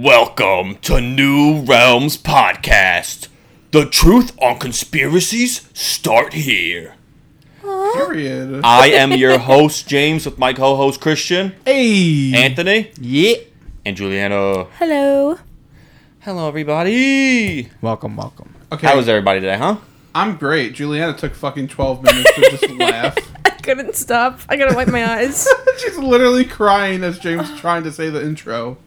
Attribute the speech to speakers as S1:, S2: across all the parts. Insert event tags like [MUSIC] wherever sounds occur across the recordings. S1: Welcome to New Realms Podcast. The truth on conspiracies start here.
S2: Period.
S1: I am
S2: [LAUGHS]
S1: your host, James, with my co host, Christian,
S2: Hey.
S1: Anthony,
S2: yeah.
S1: and Juliana.
S3: Hello.
S1: Hello, everybody.
S2: Welcome, welcome. Okay.
S1: How was everybody today, huh?
S2: I'm great. Juliana took fucking 12 minutes to
S1: [LAUGHS]
S2: just laugh.
S3: I couldn't stop. I gotta wipe my eyes.
S2: She's literally crying as James is trying to say the intro.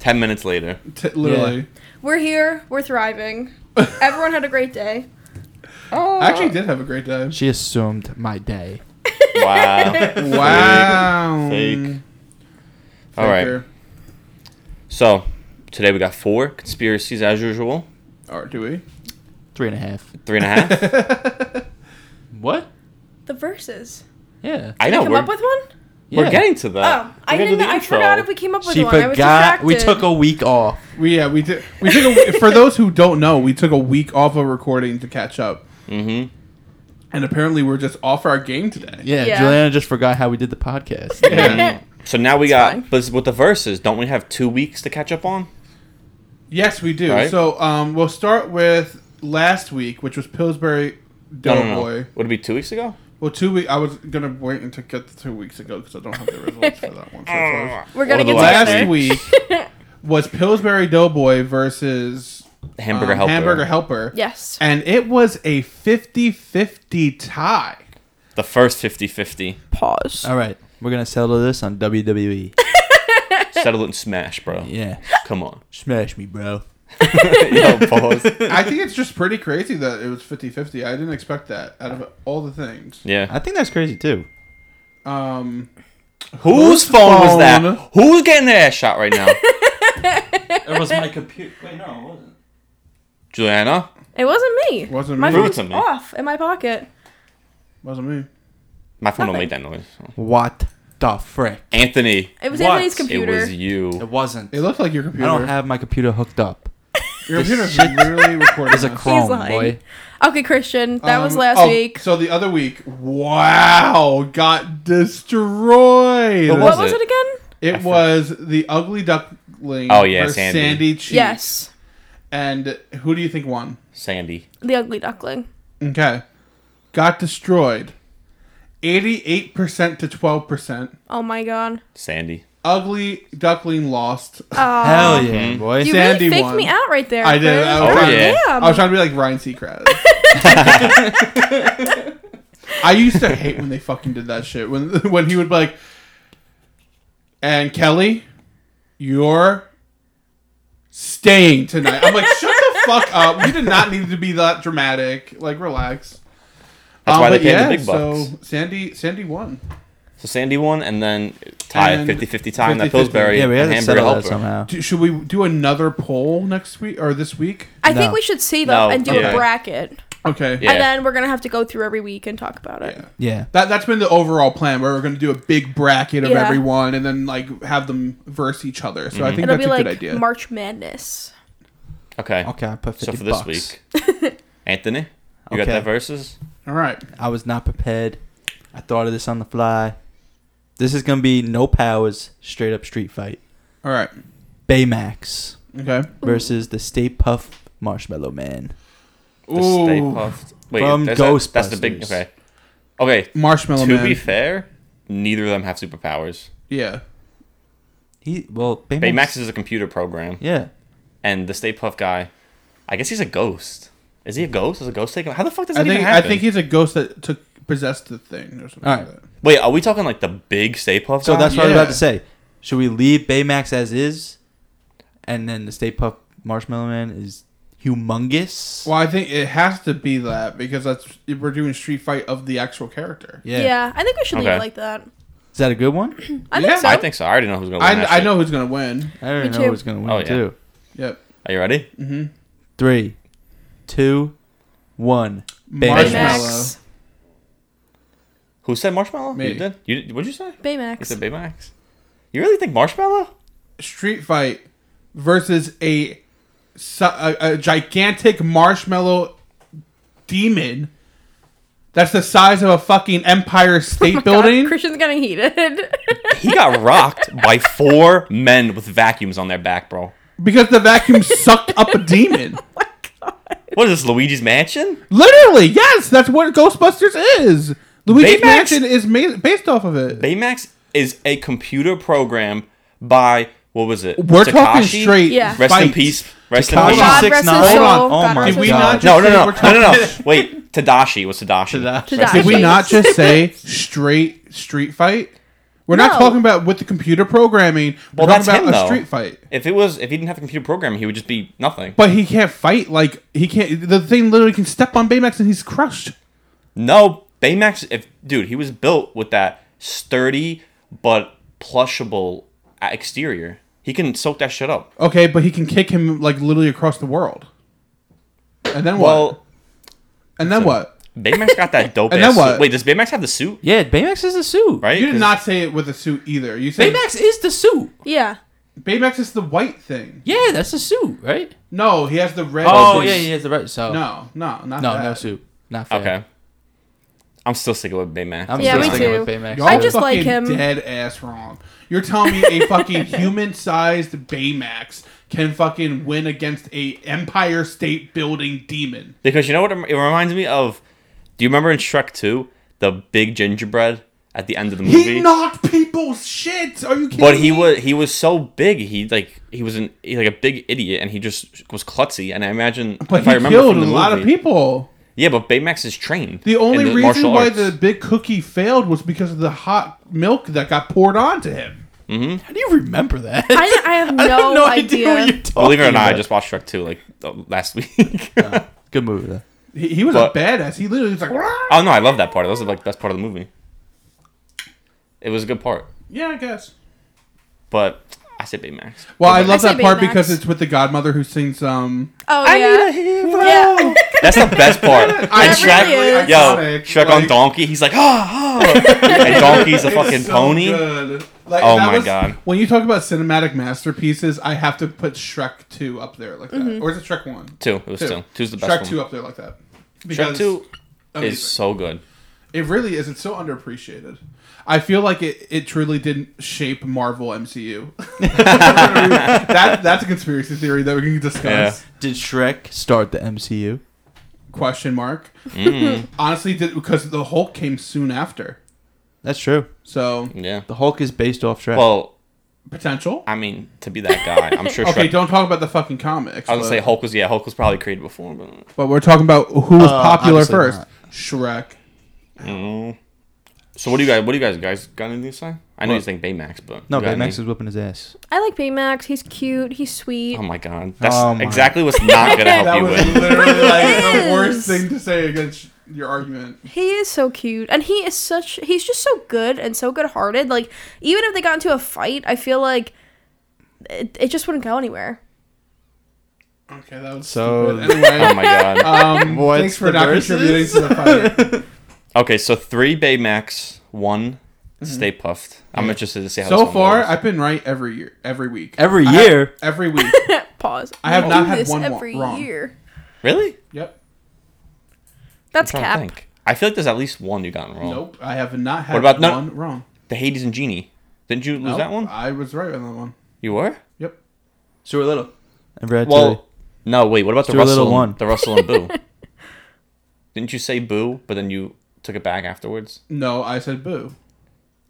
S1: Ten minutes later.
S2: T- literally.
S3: We're here. We're thriving. Everyone had a great day.
S1: Oh,
S2: [LAUGHS] I actually did have a great time.
S4: She assumed my day.
S1: Wow.
S3: [LAUGHS]
S2: Wow.
S1: Fake. All right.
S2: Faker.
S1: So, today we got four conspiracies as usual.
S2: Or do we? [LAUGHS]
S4: Three and a half.
S1: Three and a half.
S4: What?
S3: The verses.
S4: Yeah.
S1: I
S3: Did
S1: know.
S3: we come
S1: We're,
S3: up with one?
S1: we're
S4: Yeah.
S1: getting to that.
S3: oh,
S1: We're
S3: I
S1: gonna do
S3: didn't.
S1: the
S3: I
S1: intro.
S3: forgot if we came up with
S4: She
S3: one. I was
S4: forgot.
S3: distracted.
S4: We took a week off.
S2: We yeah we did we took a, for those who don't know we took a week off of recording to catch up
S1: Mhm.
S2: and apparently we're just off our game today.
S4: Yeah,
S3: Yeah.
S4: Juliana just forgot how we did the podcast.
S1: Mhm. So now we
S3: It's
S1: got,
S3: fine.
S1: but with the verses, don't we have two weeks to catch up on?
S2: Yes, we do.
S1: Right.
S2: So um, we'll start with last week, which was Pillsbury
S1: No,
S2: Doughboy.
S4: Oh,
S1: no, no. Would it be two weeks ago?
S2: Well, two week. I was gonna wait until get the two weeks ago because I don't have the results for that one. So
S4: [LAUGHS]
S2: far.
S3: We're gonna
S1: Or the
S3: get
S1: last
S2: Last
S3: together.
S2: week was Pillsbury Doughboy versus um,
S1: Hamburger Helper.
S2: Hamburger Helper.
S3: Yes.
S2: And it was a 50-50 tie.
S1: The first 50-50.
S3: Pause.
S4: [LAUGHS] All right. We're going to settle this on [LAUGHS] WWE.
S1: Settle it and smash, bro.
S4: yeah.
S1: Come
S4: [LAUGHS]
S1: on.
S4: Smash me, bro.
S1: Yo, pause.
S2: I think it's just pretty crazy that it was 50-50. I didn't expect that out of all the things.
S1: [LAUGHS] Yeah.
S4: I think that's crazy, too.
S2: Um,
S1: Whose phone was
S2: phone?
S1: that? Who's getting their ass shot right
S4: [LAUGHS]
S1: now?
S4: It was my computer. Wait, no, it wasn't.
S1: Juliana?
S3: It wasn't me.
S2: Wasn't
S3: my
S2: me.
S3: phone's
S1: Wasn't me.
S3: off in my pocket.
S2: wasn't me.
S1: My phone don't make that noise.
S4: What the frick?
S1: Anthony.
S3: It was
S4: What?
S3: Anthony's computer.
S1: It was you.
S4: It wasn't.
S2: It looked like your
S4: I
S2: computer.
S4: don't have my computer hooked up.
S2: your
S4: this
S2: computer's
S4: shit. [LAUGHS]
S2: literally recording.
S4: There's a
S2: this.
S4: Chrome,
S3: lying.
S4: boy.
S3: okay, Christian. That was
S2: Um,
S3: last
S2: oh,
S3: week.
S2: So the other week, wow, got destroyed.
S1: But was
S3: what was
S1: it?
S3: it again?
S2: It was the ugly duckling.
S1: Oh, yeah,
S2: versus
S1: Sandy.
S2: Cheeks.
S3: Yes.
S2: And who do you think won?
S1: Sandy.
S3: The ugly duckling.
S2: Okay, got destroyed. Eighty-eight percent to twelve percent.
S3: Oh
S1: [LAUGHS]
S3: my god.
S1: Sandy.
S2: Ugly duckling lost. [LAUGHS]
S3: Oh.
S4: Hell yeah, boy.
S3: You
S2: Sandy
S3: really faked
S2: won.
S3: me out right there.
S2: I did.
S3: Chris.
S2: I was,
S1: Oh,
S2: trying,
S1: yeah.
S3: Damn.
S2: I was trying to be like Ryan Seacrest. I used to hate when they fucking did that shit. When [LAUGHS] when he would be like, and Kelly, you're staying tonight. I'm like, shut the fuck up. You did not need to be that dramatic. Like, relax.
S1: That's
S2: Um,
S1: why they
S2: but
S1: paid
S2: yeah,
S1: the big bucks.
S2: So Sandy, Sandy won.
S1: So Sandy won, and then tie
S2: And
S1: 50 50 time that
S2: 50-50.
S1: Pillsbury
S4: yeah, we had
S1: and
S4: to
S1: Hamburger
S4: settle that
S1: Helper.
S4: somehow.
S2: Do, should we do another poll next week or this week?
S3: I think
S4: No.
S3: we should save
S1: No,
S3: up and do
S1: okay.
S3: a bracket.
S2: Okay.
S1: Yeah.
S3: And then we're going to have to go through every week and talk about it.
S2: Yeah.
S4: Yeah.
S2: That that's been the overall plan where we're going to do a big bracket of
S3: Yeah. Mhm.
S2: everyone and then like have them verse each other. So I think that's
S3: It'll be
S2: a
S3: like
S2: good idea.
S3: March Madness.
S1: Okay.
S4: Okay, I put 50
S1: So for this
S4: bucks.
S1: week, [LAUGHS] Anthony, you got
S4: Okay.
S1: that verses?
S2: All right.
S4: I was not prepared. I thought of this on the fly. This is gonna be no powers, straight up street fight.
S2: All right.
S4: Baymax
S2: Okay.
S4: versus the Stay Puff Marshmallow Man.
S1: The Stay
S2: Ooh.
S1: Puffed. Wait,
S4: From
S1: there's that- that's the big.
S4: Ghostbusters.
S1: Okay. Okay.
S2: Marshmallow
S1: to
S2: Man.
S1: be fair, neither of them have superpowers.
S2: yeah.
S4: He well Baymax.
S1: Baymax is a computer program,
S4: yeah.
S1: and the Stay Puff guy, I guess he's a ghost. Is he a ghost? Is a ghost taking? How the fuck does that
S2: I think
S1: even
S2: I
S1: happen?
S2: think he's a ghost that took possessed the thing or something.
S4: All
S2: Like
S4: right.
S2: that.
S1: Wait, are we talking like the big Stay Puff?
S4: So
S1: guy?
S4: that's what I was
S2: yeah.
S4: about to say. Should we leave Baymax as is, and then the Stay Puff Marshmallow Man is humongous?
S2: Well, I think it has to be that because that's we're doing street fight of the actual character.
S4: Yeah.
S3: Yeah, I think we should leave
S1: Okay.
S3: it like that.
S4: Is that a good one?
S3: I
S2: Yeah.
S3: think so.
S1: I think so. I already know who's gonna win. that
S2: I, I
S1: shit.
S2: know who's gonna win.
S4: I don't
S3: Me
S4: know
S3: too.
S4: who's gonna win
S1: Oh, yeah.
S4: too.
S2: Yep.
S1: Are you ready?
S4: Three, two, one. Baymax.
S3: Baymax.
S1: Who said Marshmallow?
S2: Me.
S1: You did. You what'd you say? You said
S3: Baymax.
S1: Baymax. You really think Marshmallow?
S2: Street fight versus a su- a, a gigantic marshmallow demon that's the size of a fucking
S3: [LAUGHS]
S2: Empire State Building.
S3: Oh God, Christian's getting heated. [LAUGHS] Oh
S1: He got rocked by four men with vacuums on their back, bro.
S2: because the
S3: [LAUGHS]
S2: vacuum sucked up a demon.
S1: What is this, Luigi's Mansion?
S2: Literally, yes, that's what Ghostbusters is. Luigi's
S1: Baymax-
S2: Mansion is ma- based off of it.
S1: Baymax is a computer program by what was it?
S2: We're talking
S1: Takashi?
S2: straight.
S3: Yeah.
S1: Rest in
S2: fight.
S1: peace. Rest in
S4: Takashi
S1: peace.
S3: God
S4: six
S3: rest his
S4: nine.
S3: soul.
S4: Hold on. Oh
S3: God
S4: my
S3: rest his
S4: Did we
S2: not
S4: God.
S2: just
S1: No, no,
S2: say
S1: no,
S2: we're
S1: no, no, no.
S2: talking-
S1: Wait, Tadashi. What's Tadashi?
S4: Tadashi.
S3: Tadashi.
S2: Did we
S3: Actually-
S2: not just
S3: [LAUGHS]
S2: say straight street fight? We're not
S3: No.
S2: talking about with the computer programming. We're
S1: Well,
S2: talking
S1: that's
S2: about
S1: him
S2: a
S1: though.
S2: street fight.
S1: If it was, if he didn't have a computer program, he would just be nothing.
S2: But he can't fight. Like he can't. The thing literally can step on Baymax and he's crushed.
S1: No, Baymax. If dude, he was built with that sturdy but plushable uh, exterior. He can soak that shit up.
S2: Okay, but he can kick him like literally across the world. And then what?
S1: Well,
S2: And then what?
S1: Baymax got
S2: [LAUGHS]
S1: that dope.
S2: And
S1: ass
S2: then what?
S1: Suit. Wait, does Baymax have the suit?
S4: Yeah, Baymax is the suit.
S1: Right?
S2: You did
S1: 'Cause-
S2: not say it with a suit either. You said
S4: Baymax is the suit.
S3: Yeah.
S2: Baymax is the white thing.
S4: Yeah, that's the suit, right?
S2: No, he has the red.
S4: Oh,
S2: thing.
S4: yeah, yeah, the right. So
S2: No, no, not
S4: no,
S2: that.
S4: no suit. Not fair.
S1: Okay. I'm still sticking with Baymax.
S4: I'm
S3: Yeah,
S4: still
S3: me
S4: sticking
S3: too.
S4: with Baymax.
S2: Y'all
S3: I just like
S2: fucking
S3: him.
S2: Dead ass wrong. You're telling me
S3: [LAUGHS]
S2: a fucking human-sized Baymax can fucking win against a Empire State Building demon?
S1: Because you know what it it reminds me of? Do you remember in Shrek 2, the big gingerbread at the end of the movie?
S2: He knocked people's shit. Are you kidding?
S1: but
S2: me?
S1: he was he was so big he like he was an he, like a big idiot and he just was klutzy and I imagine
S2: But
S1: if
S2: he
S1: I remember
S2: killed
S1: from the
S2: a lot of
S1: movie-
S2: people.
S1: yeah but Baymax is trained
S2: The only
S1: in
S2: reason
S1: martial
S2: why
S1: arts.
S2: the big cookie failed was because of the hot milk that got poured onto him.
S4: How do you remember that? [LAUGHS]
S3: I, I
S2: [LAUGHS]
S3: have no, idea.
S4: talking
S1: believe it or not I
S4: about.
S1: just watched Shrek 2 like uh, last [LAUGHS] week
S4: good movie though.
S2: He, he was
S1: But-
S2: a badass. He literally was like,
S1: oh no I love that part that was like the best part of the movie it was a good part
S2: yeah, I guess.
S1: but I said Baymax
S2: Well, I
S1: Baymax.
S2: love
S3: I
S2: that
S3: say
S2: part
S3: Baymax.
S2: because it's with the godmother who sings. Um,
S3: oh yeah. yeah.
S1: that's the best part
S2: [LAUGHS] I
S1: And Shrek-
S3: really is.
S1: Yo,
S2: iconic,
S1: Shrek on
S2: like-
S1: Donkey. He's like, ah,
S2: [LAUGHS]
S1: ah. and Donkey's a
S2: It's
S1: fucking
S2: so
S1: pony.
S2: good. Like,
S1: Oh
S2: that
S1: my God.
S2: When you talk about cinematic masterpieces, I have to put Shrek two up there like that, or is it Shrek one?
S1: Two. It was two. Two's the best
S2: Shrek
S1: one.
S2: two up there like that.
S1: Shrek
S2: Because
S1: two
S2: amazing.
S1: is so good.
S2: It really is. It's so underappreciated. I feel like it, it truly didn't shape Marvel MCU. [LAUGHS] that that's a conspiracy theory that we can discuss.
S4: [LAUGHS] Did Shrek start the MCU?
S2: Question mark.
S1: Mm.
S2: [LAUGHS] Honestly, did because the Hulk came soon after,
S4: That's true.
S2: so
S1: Yeah.
S4: The Hulk is based off Shrek.
S1: Well,
S2: potential.
S1: I mean, to be that guy, I'm sure
S2: [LAUGHS] Okay,
S1: Shrek.
S2: don't talk about the fucking comics.
S1: I was gonna
S2: but-
S1: say Hulk was yeah. Hulk was probably created before, but
S2: But we're talking about who was
S4: Uh,
S2: popular
S4: obviously
S2: first.
S4: not.
S2: Shrek.
S1: so what do you guys? What do you guys guys got anything to say? I know you
S4: What?
S1: think Baymax, but
S4: no,
S1: you got
S4: Baymax is
S1: any-
S4: whipping his ass.
S3: I like Baymax. He's cute. He's sweet.
S1: Oh my god, that's
S4: Oh my-
S1: exactly what's not gonna help
S2: [LAUGHS] That
S1: you
S2: was
S1: with.
S2: literally like the
S3: Yes.
S2: worst thing to say against your argument.
S3: He is so cute, and he is such. He's just so good and so good-hearted. Like even if they got into a fight, I feel like it, it just wouldn't go anywhere. [LAUGHS]
S2: Okay, that was so.
S4: So-
S2: Anyway,
S1: Oh my god.
S2: um,
S4: What's
S2: thanks for
S4: the
S2: not
S4: verses?
S2: contributing to the
S4: [LAUGHS]
S2: fight.
S1: Okay, so three Baymax, one Stay Puffed. I'm interested to see how. this
S2: Mhm. So
S1: one
S2: far,
S1: goes.
S2: I've been right every year, every week,
S4: Every
S2: I have-
S4: year?
S2: every
S4: [LAUGHS]
S2: week.
S3: Pause.
S2: I have
S3: We
S2: not
S3: do
S2: had
S3: this
S2: one wa-
S3: every
S2: wrong.
S3: year.
S1: really.
S2: yep.
S3: That's
S1: I'm trying
S3: cap.
S1: to think. I feel like there's at least one you gotten wrong.
S2: Nope. I have not had
S1: What about- no-
S2: one wrong.
S1: The Hades and Genie. Didn't you lose
S2: Nope, Uh,
S1: that one?
S2: I was right on that one.
S1: You were?
S2: Yep.
S4: Stuart Little. And Brad Tilly.
S1: Well, no, wait. What about the
S4: Stuart
S1: Russell?
S4: Little
S1: and-
S4: won.
S1: The Russell and
S3: [LAUGHS]
S1: Boo. Didn't you say Boo, but then you took it back afterwards?
S2: No, I said boo.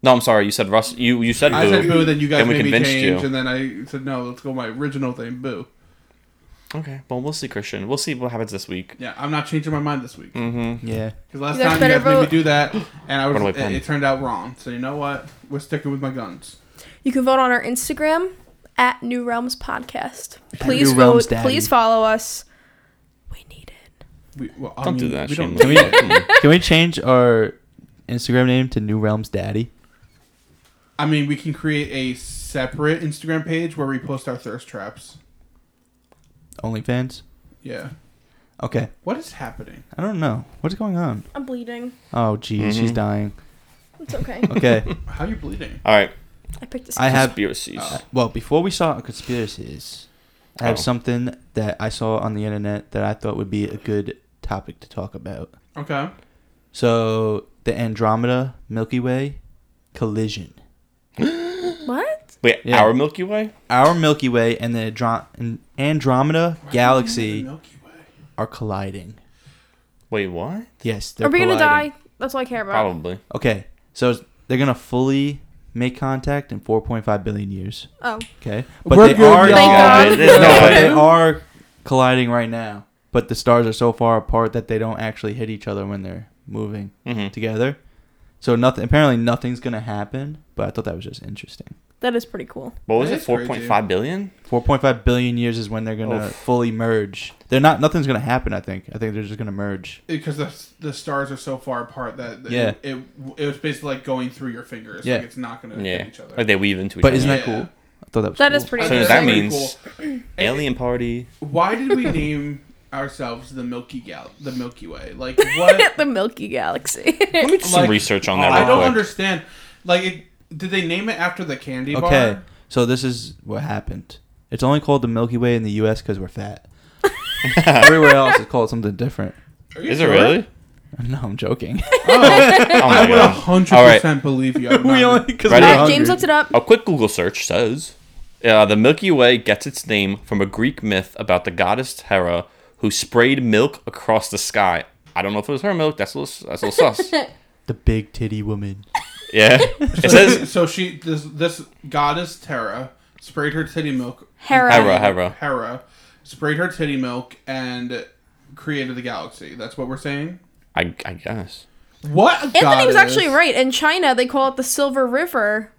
S1: No, I'm sorry. You said Russ. You you said Boo.
S2: I said boo, then you guys
S1: and we
S2: made me
S1: convinced
S2: change,
S1: you.
S2: and then I said no. Let's go with my original thing, boo.
S1: Okay. Well, we'll see, Christian. We'll see what happens this week. Mm-hmm.
S2: Yeah, I'm not changing my mind this week.
S4: yeah.
S2: Because last
S3: You guys
S2: time you
S3: better
S2: guys made me
S3: vote.
S2: do that, and I was,
S1: Runaway
S2: it,
S1: pen.
S2: it turned out wrong. So you know what? We're sticking with my guns.
S3: You can vote on our Instagram at New Realms Podcast. Please
S4: New
S3: vote.
S4: Realms Daddy.
S3: Please follow us. We need it.
S2: We, well, I
S1: Don't
S2: mean,
S1: do that.
S2: We
S1: Shane.
S2: don't,
S4: we- Can we change our Instagram name to New Realms Daddy?
S2: I mean, we can create a separate Instagram page where we post our thirst traps.
S4: OnlyFans?
S2: Yeah.
S4: Okay.
S2: What is happening?
S4: I don't know. What's going on?
S3: I'm bleeding.
S4: Oh, geez. She's dying.
S1: [LAUGHS]
S3: It's okay.
S4: Okay.
S2: How are you bleeding?
S1: All right.
S3: I picked this.
S4: I have
S1: Conspiracies.
S4: Uh, Well, before we saw conspiracies, I have
S1: Oh.
S4: something that I saw on the internet that I thought would be a good topic to talk about.
S2: Okay.
S4: So, the Andromeda Milky Way collision.
S3: What?
S1: Wait,
S4: Yeah.
S1: our Milky Way?
S4: Our Milky Way and the Andro- and Andromeda galaxy
S2: Milky Way.
S4: are colliding.
S1: Wait, what?
S4: Yes, they're
S3: Are we gonna
S4: colliding.
S3: die? That's all I care about.
S1: Probably.
S4: Okay, so it's- they're gonna fully make contact in 4.5 billion years.
S3: Oh,
S4: Okay,
S2: We're good, y'all.
S3: Thank God.
S1: Yeah, there's no
S4: but they
S3: [LAUGHS]
S1: way.
S4: are colliding right now. But the stars are so far apart that they don't actually hit each other when they're moving
S1: Mhm.
S4: together. So nothing. Apparently, nothing's gonna happen. But I thought that was just interesting.
S3: that is pretty cool.
S1: What was
S2: That
S1: it?
S2: is crazy.
S1: Four point five billion?
S4: 4.5 billion years is when they're gonna
S1: Oof.
S4: fully merge. They're not. Nothing's gonna happen. I think. I think they're just gonna merge.
S2: Because the, the stars are so far apart that it-
S4: Yeah.
S2: it, it was basically like going through your fingers.
S4: Yeah.
S2: Like it's not going to
S1: Yeah.
S2: hit each other.
S1: Like they weave into each
S4: But
S1: other.
S4: isn't that
S2: Yeah.
S4: cool? I thought that was.
S3: That
S4: cool.
S3: is pretty
S2: I
S1: So
S3: cool.
S1: does
S2: think that's
S1: that
S3: [LAUGHS]
S2: pretty
S1: means- Alien party.
S2: Why did
S4: [LAUGHS]
S2: we name ourselves the Milky Gal the Milky Way? Like
S4: [LAUGHS]
S2: what?
S3: [LAUGHS] the Milky Galaxy.
S1: [LAUGHS] Let me do some
S2: Like,
S1: research on that
S2: I
S1: real
S2: don't
S1: quick.
S2: understand. Like, it, did they name it after the candy bar?
S4: Okay, so this is what happened. It's only called the Milky Way in the U.S. because we're
S2: [LAUGHS]
S4: fat. Everywhere else, it's called something different. [LAUGHS]
S2: Are you
S1: Is it
S2: sure?
S1: really?
S4: No, I'm joking.
S2: Oh,
S1: Oh
S2: I
S1: my
S2: would
S1: god.
S2: hundred
S1: All right.
S2: percent believe
S4: [LAUGHS]
S2: you. I'm
S4: we
S2: not-
S4: only because
S1: Ready?
S3: Uh, James looked it up.
S1: A quick Google search says uh, the Milky Way gets its name from a Greek myth about the goddess Hera who sprayed milk across the sky. I don't know if it was her milk. That's a little, that's a little sus.
S4: The big titty woman.
S1: Yeah. It says
S2: so she this this goddess Terra sprayed her titty milk.
S3: Hera.
S1: Hera, Hera.
S2: Hera sprayed her titty milk and created the galaxy. That's what we're saying.
S1: I, I guess.
S2: What a
S3: Anthony
S2: goddess.
S3: was actually right. In China, they call it the Silver River.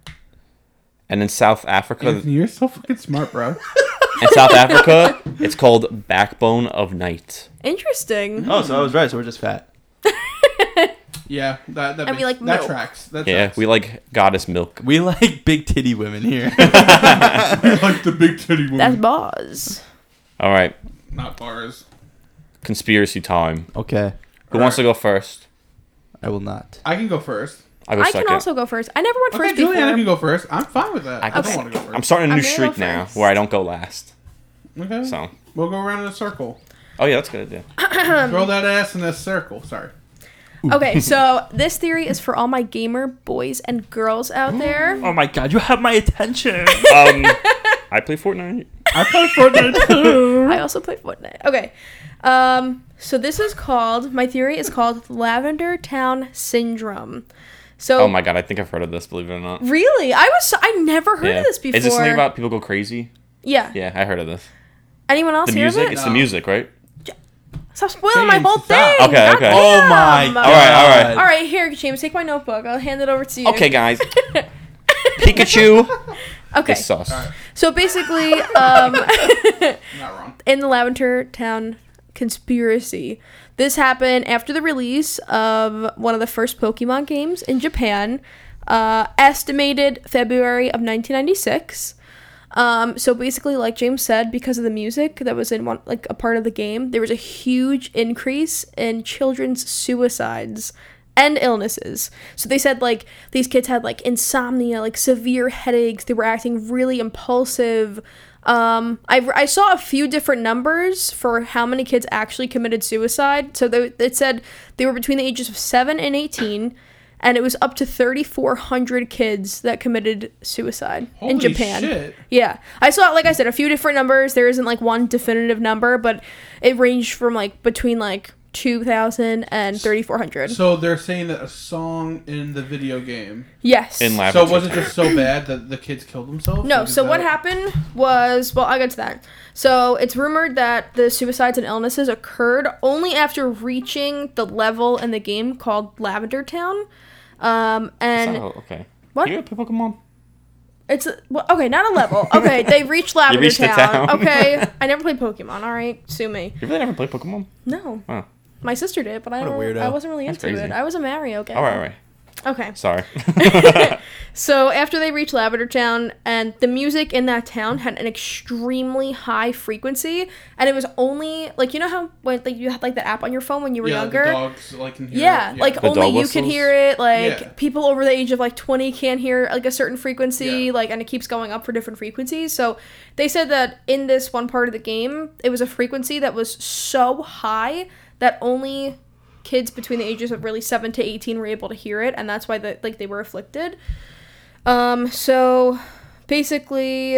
S1: And in South Africa,
S2: Anthony, you're so fucking smart, bro.
S3: [LAUGHS]
S1: in South Africa, it's called Backbone of Night. Mm-hmm.
S3: Interesting.
S4: Oh, so I was right. So we're
S1: [LAUGHS]
S4: just fat.
S2: yeah, that that,
S3: And
S2: makes,
S3: we like
S2: that
S3: milk.
S2: tracks. That
S1: Yeah,
S2: tracks. [LAUGHS]
S1: we like goddess milk.
S4: We like big titty women [LAUGHS] here.
S1: [LAUGHS]
S2: we like the big titty woman.
S3: That's Boz.
S1: All right,
S2: Not bars.
S1: conspiracy time.
S4: okay,
S1: Who wants to go first?
S4: I will not.
S2: I can go first.
S1: I go
S3: I
S1: second.
S3: can also go first. I never went
S2: Okay,
S3: first
S2: Juliana can
S3: before.
S2: go first. I'm fine with that. I,
S1: I can
S2: don't
S1: go
S2: want to go 1st
S1: I'm starting a
S3: I'm
S1: new
S3: gonna
S1: streak
S3: go
S1: now
S3: first. Mm.
S1: where I don't go last.
S2: okay,
S1: So,
S2: we'll go around in a circle.
S1: oh yeah, that's good. Yeah.
S2: Throw that ass in a circle. Sorry.
S3: Okay, so this theory is for all my gamer boys and girls out
S4: [GASPS]
S3: there.
S4: Oh my god, you have my attention.
S1: [LAUGHS]
S3: [LAUGHS]
S1: Um, I play Fortnite.
S2: I played
S1: [LAUGHS]
S2: Fortnite
S1: Oh
S2: too.
S3: I also play Fortnite. Okay. Um, so this is called my theory is called Lavender Town Syndrome. So
S1: Oh my god, I think I've heard of this. Believe it or not.
S3: really, I was I never heard
S1: Yeah.
S3: of this before.
S1: Is this something about people go crazy?
S3: yeah.
S1: Yeah, I heard of this.
S3: Anyone else
S1: The
S3: hear of
S1: music.
S3: it?
S1: It's
S2: No.
S1: the music,
S3: [LAUGHS]
S1: right?
S3: Stop spoiling my
S2: James,
S3: whole
S2: stop.
S3: thing.
S1: Okay, okay.
S4: Oh
S3: damn.
S4: my
S1: All right, all right.
S3: All right, here, James, take my notebook. I'll hand it over to you.
S1: Okay,
S3: [LAUGHS]
S1: guys. Pikachu
S3: Okay.
S1: is sus.
S2: All right.
S3: So basically, um, [LAUGHS]
S2: Not wrong.
S3: in the Lavender Town conspiracy. This happened after the release of one of the first Pokemon games in Japan, uh, estimated February of 1996. Um, so basically, like James said, because of the music that was in one like a part of the game, there was a huge increase in children's suicides and illnesses. So they said like these kids had like insomnia, like severe headaches. They were acting really impulsive. Um, I I saw a few different numbers for how many kids actually committed suicide. So they, it said they were between the ages of seven and eighteen. And it was up to 3,400 kids that committed suicide
S2: Holy
S3: in Japan.
S2: shit.
S3: Yeah. I saw, like I said, a few different numbers. There isn't like one definitive number, but it ranged from like between like 2,000 and 3,400.
S2: So they're saying that a song in the video game.
S3: yes.
S1: In Lav-
S2: So was it just so bad that the kids killed themselves?
S3: no,
S2: Like, is
S3: so what
S2: that-
S3: happened was, well, I'll get to that. So it's rumored that the suicides and illnesses occurred only after reaching the level in the game called Lavender Town. Um, and
S1: Oh, okay.
S3: What?
S1: You got Pokemon?
S3: It's a, well, okay, not a level. Okay, they
S1: [LAUGHS]
S3: reached Lavender
S1: reached the
S3: Town.
S1: town.
S3: okay,
S1: [LAUGHS]
S3: I never played Pokemon. All right, sue me.
S1: You really never played Pokemon?
S3: No,
S1: Wow.
S3: my sister did, but I,
S4: What a
S3: don't-
S4: weirdo.
S3: I wasn't really
S1: That's
S3: into
S1: crazy.
S3: it. I was a Mario guy.
S1: All Oh, right, all right.
S3: Okay. [LAUGHS]
S4: [LAUGHS]
S1: Sorry.
S3: So after they reached Lavender Town, and the music in that town had an extremely high frequency, and it was only like you know how when like you had like that app on your phone when you were
S2: Yeah,
S3: younger.
S2: The dogs like can hear.
S3: yeah,
S2: it.
S3: like
S1: The
S3: only
S1: dog
S3: you can
S1: whistles?
S3: hear it. Like
S2: Yeah.
S3: people over the age of like 20 can hear like a certain frequency,
S2: Yeah.
S3: like and it keeps going up for different frequencies. So they said that in this one part of the game, it was a frequency that was so high that only kids between the ages of really 7 to 18 were able to hear it and that's why the, like they were afflicted. Um so basically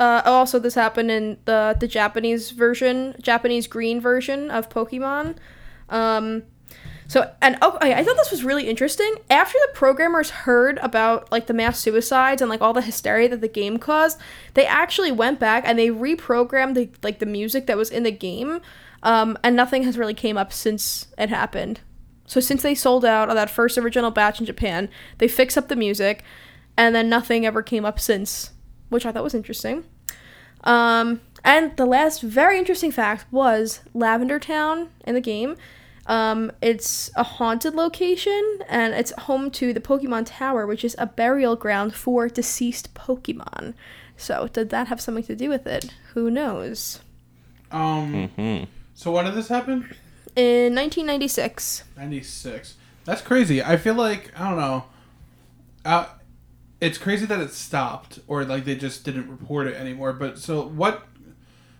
S3: uh, also this happened in the the japanese version japanese green version of pokemon um so and oh, I I thought this was really interesting. After the programmers heard about like the mass suicides and like all the hysteria that the game caused, they actually went back and they reprogrammed the like the music that was in the game. Um, and nothing has really came up since it happened. So since they sold out on that first original batch in Japan, they fixed up the music, and then nothing ever came up since, which I thought was interesting. Um, and the last very interesting fact was Lavender Town in the game. Um, it's a haunted location and it's home to the Pokemon Tower, which is a burial ground for deceased Pokemon. So, did that have something to do with it? Who knows?
S1: Hmm.
S2: Um. So when did this happen?
S3: In 1996,
S2: 96. That's crazy. I feel like, I don't know. Uh, it's crazy that it stopped or like they just didn't report it anymore. But so what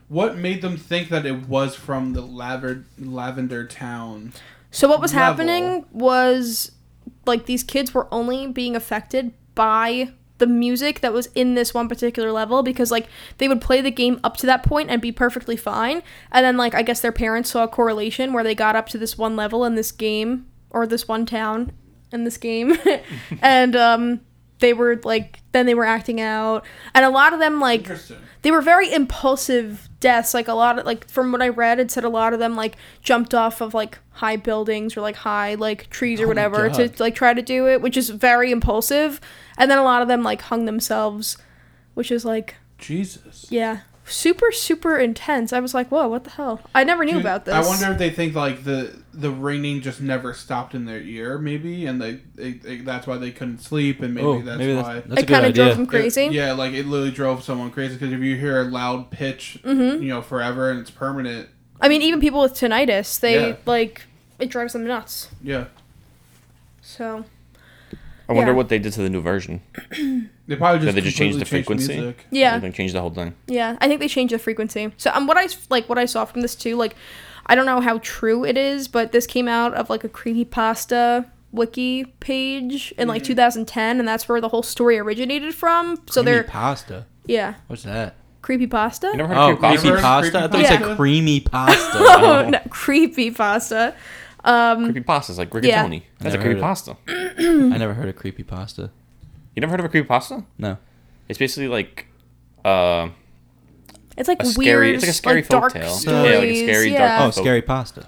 S2: what made them think that it was from the laver- lavender town?
S3: So what was
S2: level.
S3: happening was like these kids were only being affected by the music that was in this one particular level because like they would play the game up to that point and be perfectly fine and then like I guess their parents saw a correlation where they got up to this one level in this game or this one town in this game [LAUGHS] and um they were like then they were acting out and a lot of them like
S2: Interesting.
S3: they were very impulsive deaths like a lot of like from what i read it said a lot of them like jumped off of like high buildings or like high like trees or
S4: Oh my
S3: whatever to
S4: God.
S3: like try to do it which is very impulsive and then a lot of them like hung themselves which is like
S2: Jesus.
S3: yeah super super intense i was like whoa what the hell i never knew
S2: Dude,
S3: about this
S2: I wonder if they think like the the ringing just never stopped in their ear, maybe, and they, they, they that's why they couldn't sleep, and maybe
S4: oh,
S2: that's
S4: maybe
S2: why.
S4: that's, that's a
S3: it
S4: good
S3: kind of
S4: idea.
S3: drove them [LAUGHS] crazy
S2: It- yeah, like it literally drove someone crazy because if you hear a loud pitch,
S3: Mm-hmm.
S2: you know, forever and it's permanent.
S3: i mean even people with tinnitus they
S2: Yeah.
S3: like it drives them nuts
S2: Yeah,
S3: so
S1: I wonder
S3: Yeah.
S1: what they did to the new version.
S2: they probably just
S1: they just
S2: completely
S1: changed the frequency?
S2: music.
S3: yeah
S1: They changed the whole thing.
S3: Yeah, I think they changed the frequency. So um, what I s- like what I saw from this too, like I don't know how true it is, but this came out of like a creepypasta wiki page
S1: Mm-hmm.
S3: in like 2010 and that's where the whole story originated from. So
S4: creamy
S3: they're
S4: pasta.
S3: yeah,
S4: What's that?
S1: You
S3: [LAUGHS] creepypasta?
S1: never heard
S4: Oh,
S1: of creepypasta?
S4: creepy pasta. I thought you said
S2: Yeah.
S1: [LAUGHS]
S4: creamy pasta.
S3: Oh,
S4: [LAUGHS]
S3: no, creepypasta. Um,
S1: Creepypasta is like rigatoni.
S3: Yeah.
S1: That's
S4: Never heard
S1: a
S4: of it.
S1: creepypasta.
S4: I never heard of creepy pasta.
S1: You never heard of a creepypasta?
S4: No.
S1: It's basically like uh,
S3: It's like
S1: a
S3: weird
S1: scary. it's like a scary folk
S3: dark
S1: tale.
S3: stories.
S1: Yeah, like a scary
S3: yeah.
S1: dark.
S4: Oh, scary pasta.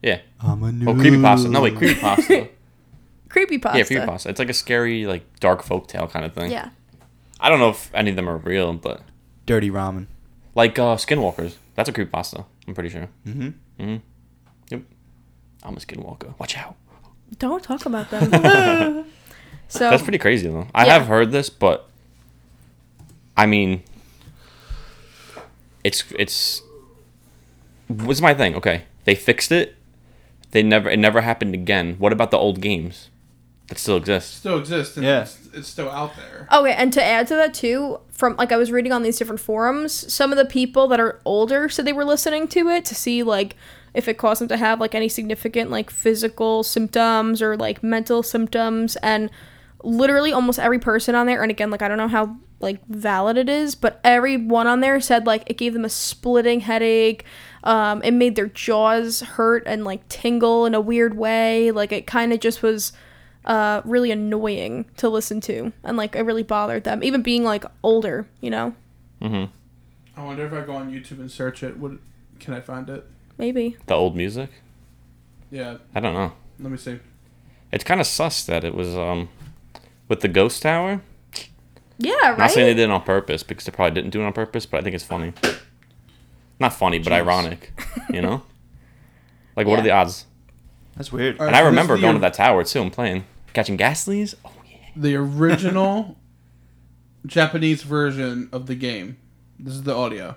S1: Yeah.
S4: I'm a new.
S1: Oh, creepypasta. No, wait,
S3: [LAUGHS]
S1: creepypasta.
S3: Creepypasta.
S1: yeah, creepypasta. It's like a scary, like dark folk tale kind of thing.
S3: Yeah.
S1: I don't know if any of them are real, but
S4: Dirty ramen.
S1: like uh, Skinwalkers. That's a creepypasta. I'm pretty sure.
S4: Mm-hmm.
S1: I'm a Skinwalker. Watch out.
S3: Don't
S1: [LAUGHS]
S3: talk about them. [LAUGHS] so
S1: That's pretty crazy though. I
S3: Yeah.
S1: have heard this, but I mean, it's it's what's my thing? Okay, they fixed it. They never it never happened again. What about the old games that still exist?
S2: Still exists. And
S4: Yeah.
S2: it's, it's still out there.
S3: Okay, and to add to that too, from like I was reading on these different forums, some of the people that are older said they were listening to it to see like if it caused them to have like any significant like physical symptoms or like mental symptoms and literally almost every person on there and again like I don't know how like valid it is, but everyone on there said like it gave them a splitting headache. Um, it made their jaws hurt and like tingle in a weird way. Like it kind of just was uh, really annoying to listen to, and like it really bothered them. Even being like older, you know,
S2: I wonder if I go on YouTube and search it, would can I find it?
S3: maybe.
S1: The old music?
S2: Yeah,
S1: I don't know.
S2: let me see.
S1: It's kind of sus that it was um with the ghost tower.
S3: Yeah,
S1: Not saying they
S3: right.
S1: did it on purpose because they probably didn't do it on purpose, but I think it's funny. Not funny, but ironic. You
S3: [LAUGHS]
S1: know, like what are
S3: Yeah.
S1: the odds?
S4: That's weird.
S2: Alright,
S1: And I
S2: so this
S1: remember
S2: is the
S1: going
S2: or-
S1: to that tower too and playing. Catching ghastlies? Oh, yeah.
S2: The original Japanese version of the game. This is the audio.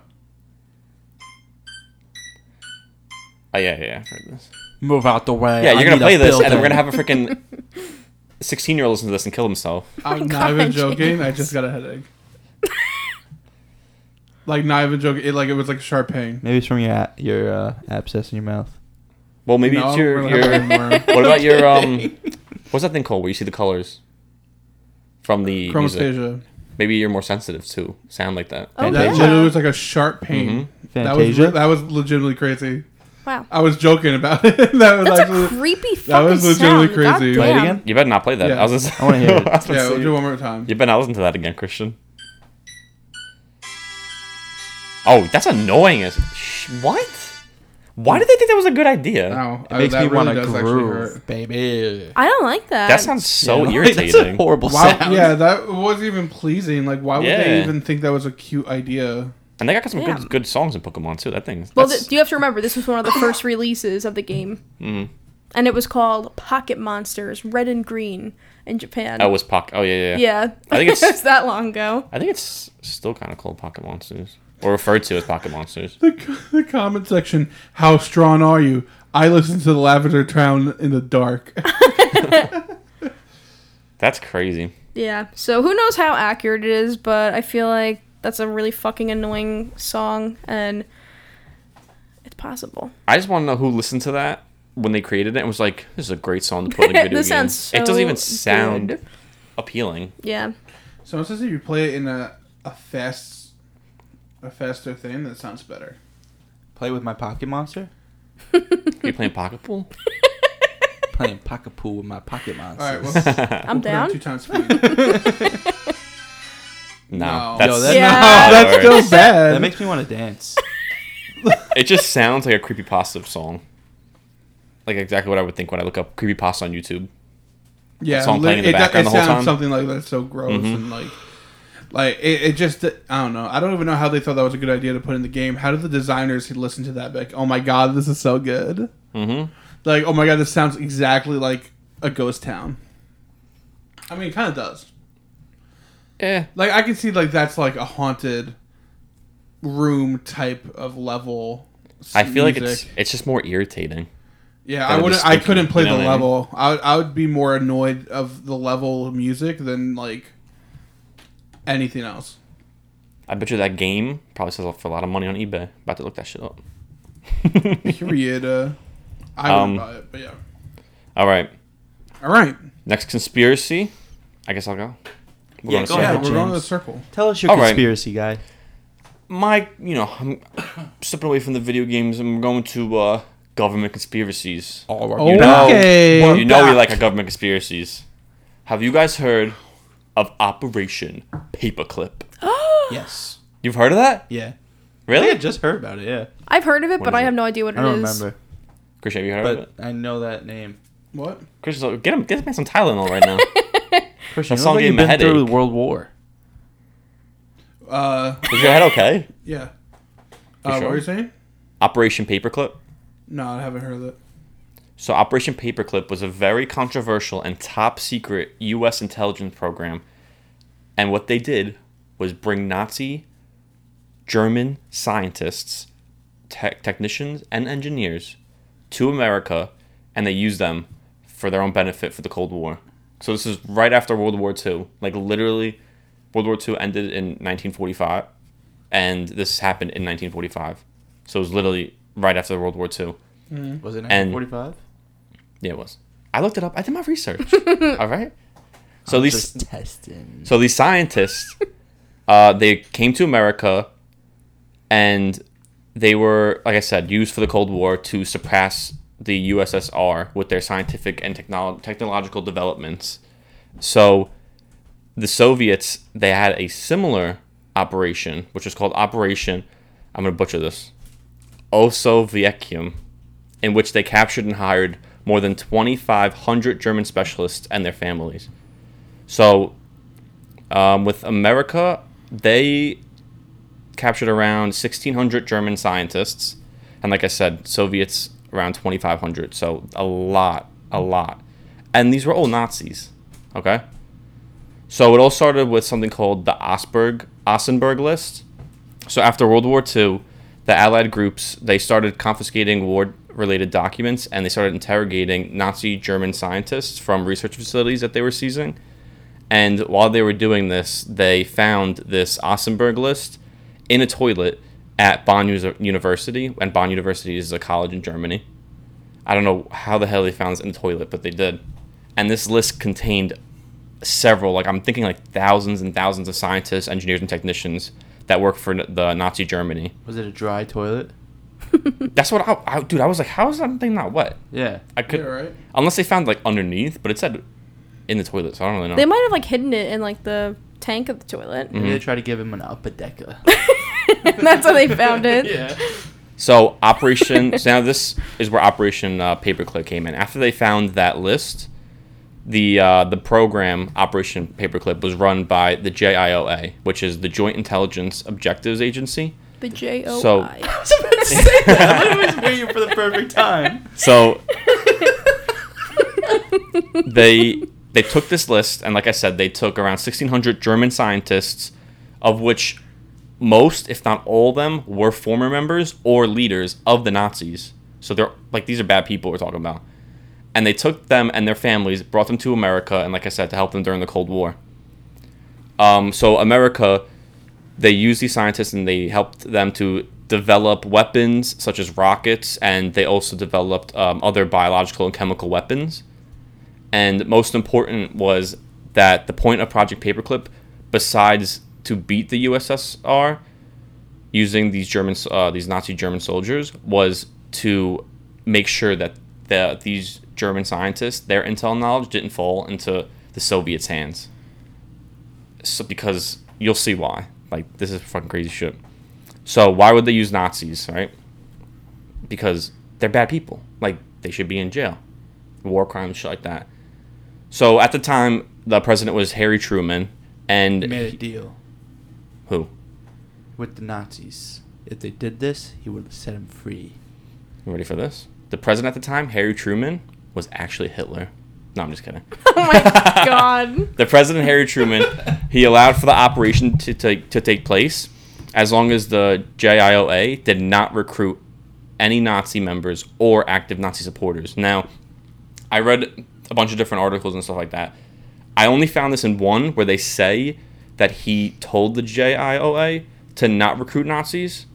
S1: Oh, yeah, yeah, yeah. I've heard this.
S4: Move out the way.
S1: Yeah,
S4: I
S1: you're going
S4: need
S1: to
S4: a
S1: play this, and then we're
S4: building.
S1: going to have a freaking
S2: [LAUGHS]
S1: 16 year old listen to this and kill himself.
S2: I'm
S3: my
S2: not even
S3: God,
S2: joking. I just got a
S3: [LAUGHS]
S2: headache. like not even joking. It like it was like a sharp pain.
S4: Maybe it's from your a- your uh, abscess in your mouth.
S1: Well, maybe
S2: No,
S1: it's your.
S2: we're not
S1: your
S2: anymore.
S1: [LAUGHS] what about
S2: [LAUGHS]
S1: your. um? What's that thing called where you see the colors? From the. music?
S2: Chromastasia.
S1: Maybe you're more sensitive to sound like that.
S3: Oh,
S2: That
S3: yeah.
S2: literally was like a sharp pain. That was
S4: Fantasia?
S2: that was legitimately crazy.
S3: Wow.
S2: I was joking about [LAUGHS] it. that was
S3: That's a
S2: actually
S3: creepy fucking
S2: uh, that was legitimately
S3: sound.
S2: crazy.
S3: God
S4: Play it
S3: damn.
S4: again?
S1: You better not play that.
S2: Yeah.
S1: I was just,
S4: I
S1: [LAUGHS]
S4: wanna hear it.
S1: I was gonna
S2: yeah.
S1: say-
S2: We'll do it one more time.
S1: you better not listen to that again, Christian. Oh, that's annoying. As sh- what?
S2: Hmm.
S1: Why did they think that was a good idea?
S2: Wow,
S4: It makes
S2: Oh, that
S4: me
S2: really
S4: want to
S2: does actually
S4: groove, [LAUGHS]
S2: hurt.
S4: baby.
S3: I don't like that.
S1: That sounds so
S4: Yeah, [LAUGHS] like,
S1: irritating.
S4: That's a horrible
S2: Wow,
S4: sound.
S2: yeah, that wasn't even pleasing. Like, why would
S1: Yeah.
S2: they even think that was a cute idea?
S1: and they got some
S3: Yeah.
S1: good, good songs in Pokemon too. That thing.
S3: Well,
S1: that's-
S3: th- you have to remember this was one of the [COUGHS] first releases of the game,
S1: Mhm.
S3: and it was called Pocket Monsters Red and Green in Japan.
S1: oh, it was Pocket. Oh yeah, yeah, yeah.
S3: yeah,
S1: I think
S3: [LAUGHS]
S1: it's-
S3: It's that long ago.
S1: I think it's still kind of called Pocket Monsters, or referred to as Pocket Monsters.
S2: The, the comment section. How strong are you? I listen to the Lavender Town in the dark.
S1: That's crazy.
S3: Yeah. So who knows how accurate it is, but I feel like that's a really fucking annoying song, and it's possible.
S1: I just want to know who listened to that when they created it and was like, "This is a great song to put
S3: [LAUGHS]
S1: in a video
S3: this
S1: game."
S3: sounds so
S1: it doesn't even sound
S3: good.
S1: appealing.
S3: Yeah.
S2: so it says if you play it in a, a fast, a faster thing, that sounds better.
S4: Play with my pocket monster.
S1: Are you playing Pocket
S3: [LAUGHS]
S1: Pool?
S4: Playing pocket pool with my pocket monster.
S2: All right,
S4: [LAUGHS]
S2: well, we'll
S1: [LAUGHS]
S3: I'm
S2: put it on
S3: down. [GASPS]
S2: Two [LAUGHS]
S3: [LAUGHS]
S2: times speed.
S1: No,
S2: No.
S1: that's,
S4: Yo, [LAUGHS] that-
S3: Yeah.
S1: not
S2: Oh, that's
S1: the word.
S2: still bad.
S4: that makes me want to dance.
S1: it just sounds like a creepypasta song. Like exactly what I would think when I look up creepypasta on YouTube.
S2: yeah,
S1: song playing in the
S2: it, do-
S1: background
S2: it
S1: the whole
S2: sounds
S1: time. Mm-hmm.
S2: something like that. So gross and like, like it, it just I don't know. I don't even know how they thought that was a good idea to put in the game. How did the designers listen to that? be Like, oh my god, this is so good.
S1: hmm
S2: Like, oh my god, this sounds exactly like a ghost town. I mean, it kind of does.
S1: Yeah,
S2: Like, I can see like that's like a haunted room type of level.
S1: I feel like
S2: music.
S1: it's it's just more irritating.
S2: Yeah,
S1: That
S2: I
S1: would be
S2: wouldn't. I
S1: spooky,
S2: couldn't play
S1: you know
S2: the
S1: what I mean?
S2: level. I would, I would be more annoyed of the level of music than like anything else.
S1: I bet you that game probably sells for a lot of money on eBay. About to look that
S4: [LAUGHS]
S1: shit up.
S2: Period. Uh, I wouldn't
S1: Um,
S2: buy it, but yeah.
S1: All right,
S2: All right.
S1: next conspiracy. I guess I'll go. We're
S4: Yeah,
S1: going
S4: go
S1: to
S2: yeah,
S4: ahead,
S2: we're going to the
S4: James.
S2: circle.
S4: Tell us your
S1: All right.
S4: conspiracy, guy.
S1: my you know i'm stepping away from the video games and we're going to uh government conspiracies
S4: All right.
S2: Oh,
S1: know-
S2: okay.
S1: you know we like our government conspiracies have you guys heard of operation paperclip
S4: Yes.
S1: you've heard of that
S4: Yeah.
S1: really
S4: I just heard about it. Yeah.
S3: I've heard of it,
S1: is
S3: but I
S1: it?
S3: have no idea what it
S4: I don't
S3: is.
S4: remember,
S1: christian have you heard of
S4: but
S1: it
S4: I know that name.
S2: What?
S1: christian get him get this man some tylenol right
S4: [LAUGHS]
S1: now did
S4: Christian,
S1: That
S4: you
S1: song
S4: look like
S1: gave
S4: you've
S1: him a
S4: been through
S1: headache.
S4: World War.
S2: Uh,
S1: your head okay
S2: yeah. Uh, What
S1: sure?
S2: were you saying?
S1: operation paperclip
S2: No, I haven't heard of it.
S1: So, Operation Paperclip was a very controversial and top secret U.S. intelligence program. And what they did was bring Nazi, German scientists, tech technicians, and engineers to America, and they used them for their own benefit for the Cold War. So, this is right after World War II. Like, literally, World War II ended in 1945, and this happened in 1945. So, it was literally right after World War II.
S2: Hmm?
S4: Was it
S1: And-
S4: 1945?
S1: Yeah, it was. I looked it up. I did my research. All right. So these
S4: Just testing.
S1: so these scientists, uh, they came to America, and they were, like I said, used for the Cold War to surpass the USSR with their scientific and technolo- technological developments. So, the Soviets they had a similar operation, which was called Operation. I'm gonna butcher this. Osoviecium, in which they captured and hired more than 2,500 German specialists and their families. So um, with America, they captured around 1,600 German scientists. And like I said, Soviets around 2,500. So a lot, a lot. And these were all Nazis. Okay. So it all started with something called the Osberg, Ossenberg list. So after World War II, the Allied groups they started confiscating war-related documents and they started interrogating Nazi German scientists from research facilities that they were seizing. And while they were doing this, they found this Ossenberg list in a toilet at Bonn Us- University. And Bonn University is a college in Germany. I don't know how the hell they found this in the toilet, but they did. And this list contained several, like I'm thinking like thousands and thousands of scientists, engineers, and technicians that work for n- the Nazi Germany.
S4: Was it a dry toilet?
S1: That's what I, I dude. I was like, how is that thing not wet?
S4: Yeah.
S1: I could
S2: Yeah, right.
S1: unless they found like underneath, but it said in the toilet, so I don't really know.
S3: They might have like hidden it in like the tank of the toilet.
S1: Mhm.
S4: Maybe they try to give him an upper decker.
S3: [LAUGHS]
S1: [LAUGHS]
S3: That's how they found it.
S4: yeah.
S1: So Operation. so now this is where Operation uh, Paperclip came in. After they found that list, the uh, the program Operation Paperclip was run by the JIOA, which is the Joint Intelligence Objectives Agency.
S3: The J O
S1: So-
S3: [LAUGHS] I.
S4: I was about to say
S1: [LAUGHS]
S4: that. [LAUGHS] I was waiting for the perfect time.
S1: So they they took this list, and like I said, they took around 1,600 German scientists, of which most, if not all of them, were former members or leaders of the Nazis. So they're like these are bad people we're talking about. And they took them and their families, brought them to America, and like I said, to help them during the Cold War. Um, so America, they used these scientists and they helped them to develop weapons such as rockets, and they also developed um, other biological and chemical weapons. And most important was that the point of Project Paperclip, besides to beat the USSR using these German, uh, these Nazi German soldiers, was to make sure that the, these German scientists, their intel knowledge, didn't fall into the Soviets' hands. So because you'll see why. Like this is fucking crazy shit. So why would they use Nazis, right? Because they're bad people. Like they should be in jail, war crimes, shit like that. So at the time, the president was Harry Truman, and
S4: He made a deal
S1: who?
S4: with the Nazis. If they did this, he would have set him free.
S1: You ready for this? The president at the time, Harry Truman, was actually Hitler. No, I'm just kidding.
S3: [LAUGHS] Oh
S1: [LAUGHS]
S3: my god.
S1: The president, Harry Truman, he allowed for the operation to take to take place as long as the JIOA did not recruit any Nazi members or active Nazi supporters. Now, I read a bunch of different articles and stuff like that. I only found this in one where they say that he told the JIOA to not recruit Nazis.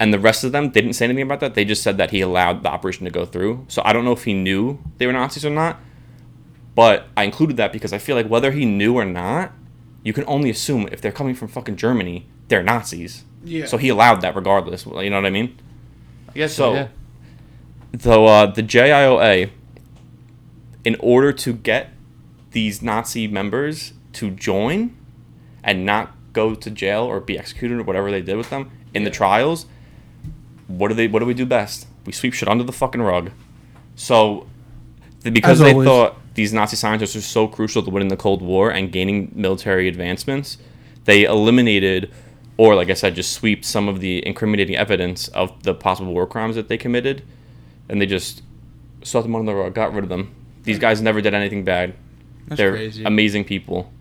S1: And the rest of them didn't say anything about that. They just said that he allowed the operation to go through. So I don't know if he knew they were Nazis or not. But I included that because I feel like whether he knew or not, you can only assume if they're coming from fucking Germany, they're Nazis.
S2: Yeah.
S1: So he allowed that regardless. You know what I mean?
S4: I guess
S1: So- So uh, the JIOA, in order to get these Nazi members to join and not go to jail or be executed or whatever they did with them in the
S2: Yeah.
S1: trials, what do they? What do we do best? We sweep shit under the fucking rug. So, th- because
S2: As
S1: they
S2: always.
S1: thought these Nazi scientists were so crucial to winning the Cold War and gaining military advancements, they eliminated, or like I said, just sweeped some of the incriminating evidence of the possible war crimes that they committed, and they just swept them under the rug, got rid of them. These guys never did anything bad.
S4: That's
S1: They're
S4: crazy.
S1: amazing people.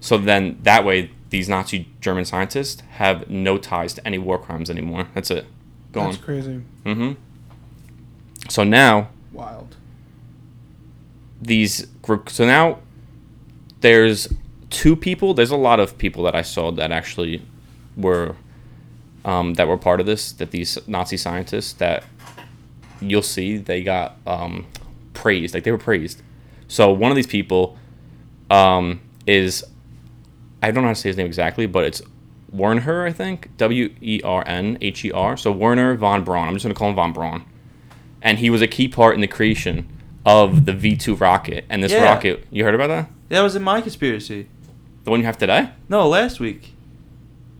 S1: So then that way, these Nazi German scientists have no ties to any war crimes anymore. That's it. Gone.
S2: That's crazy.
S1: mm-hmm. So now
S2: Wild.
S1: these group. So now there's two people. There's a lot of people that I saw that actually were um, that were part of this. That these Nazi scientists that you'll see they got um, praised. Like they were praised. So one of these people um, is I don't know how to say his name exactly, but it's Werner, I think W E R N H E R. So Werner von Braun. I'm just gonna call him von Braun. And he was a key part in the creation of the V two rocket. And this
S4: Yeah.
S1: rocket, you heard about that?
S4: That was in my conspiracy.
S1: The one you have today?
S4: No, last week.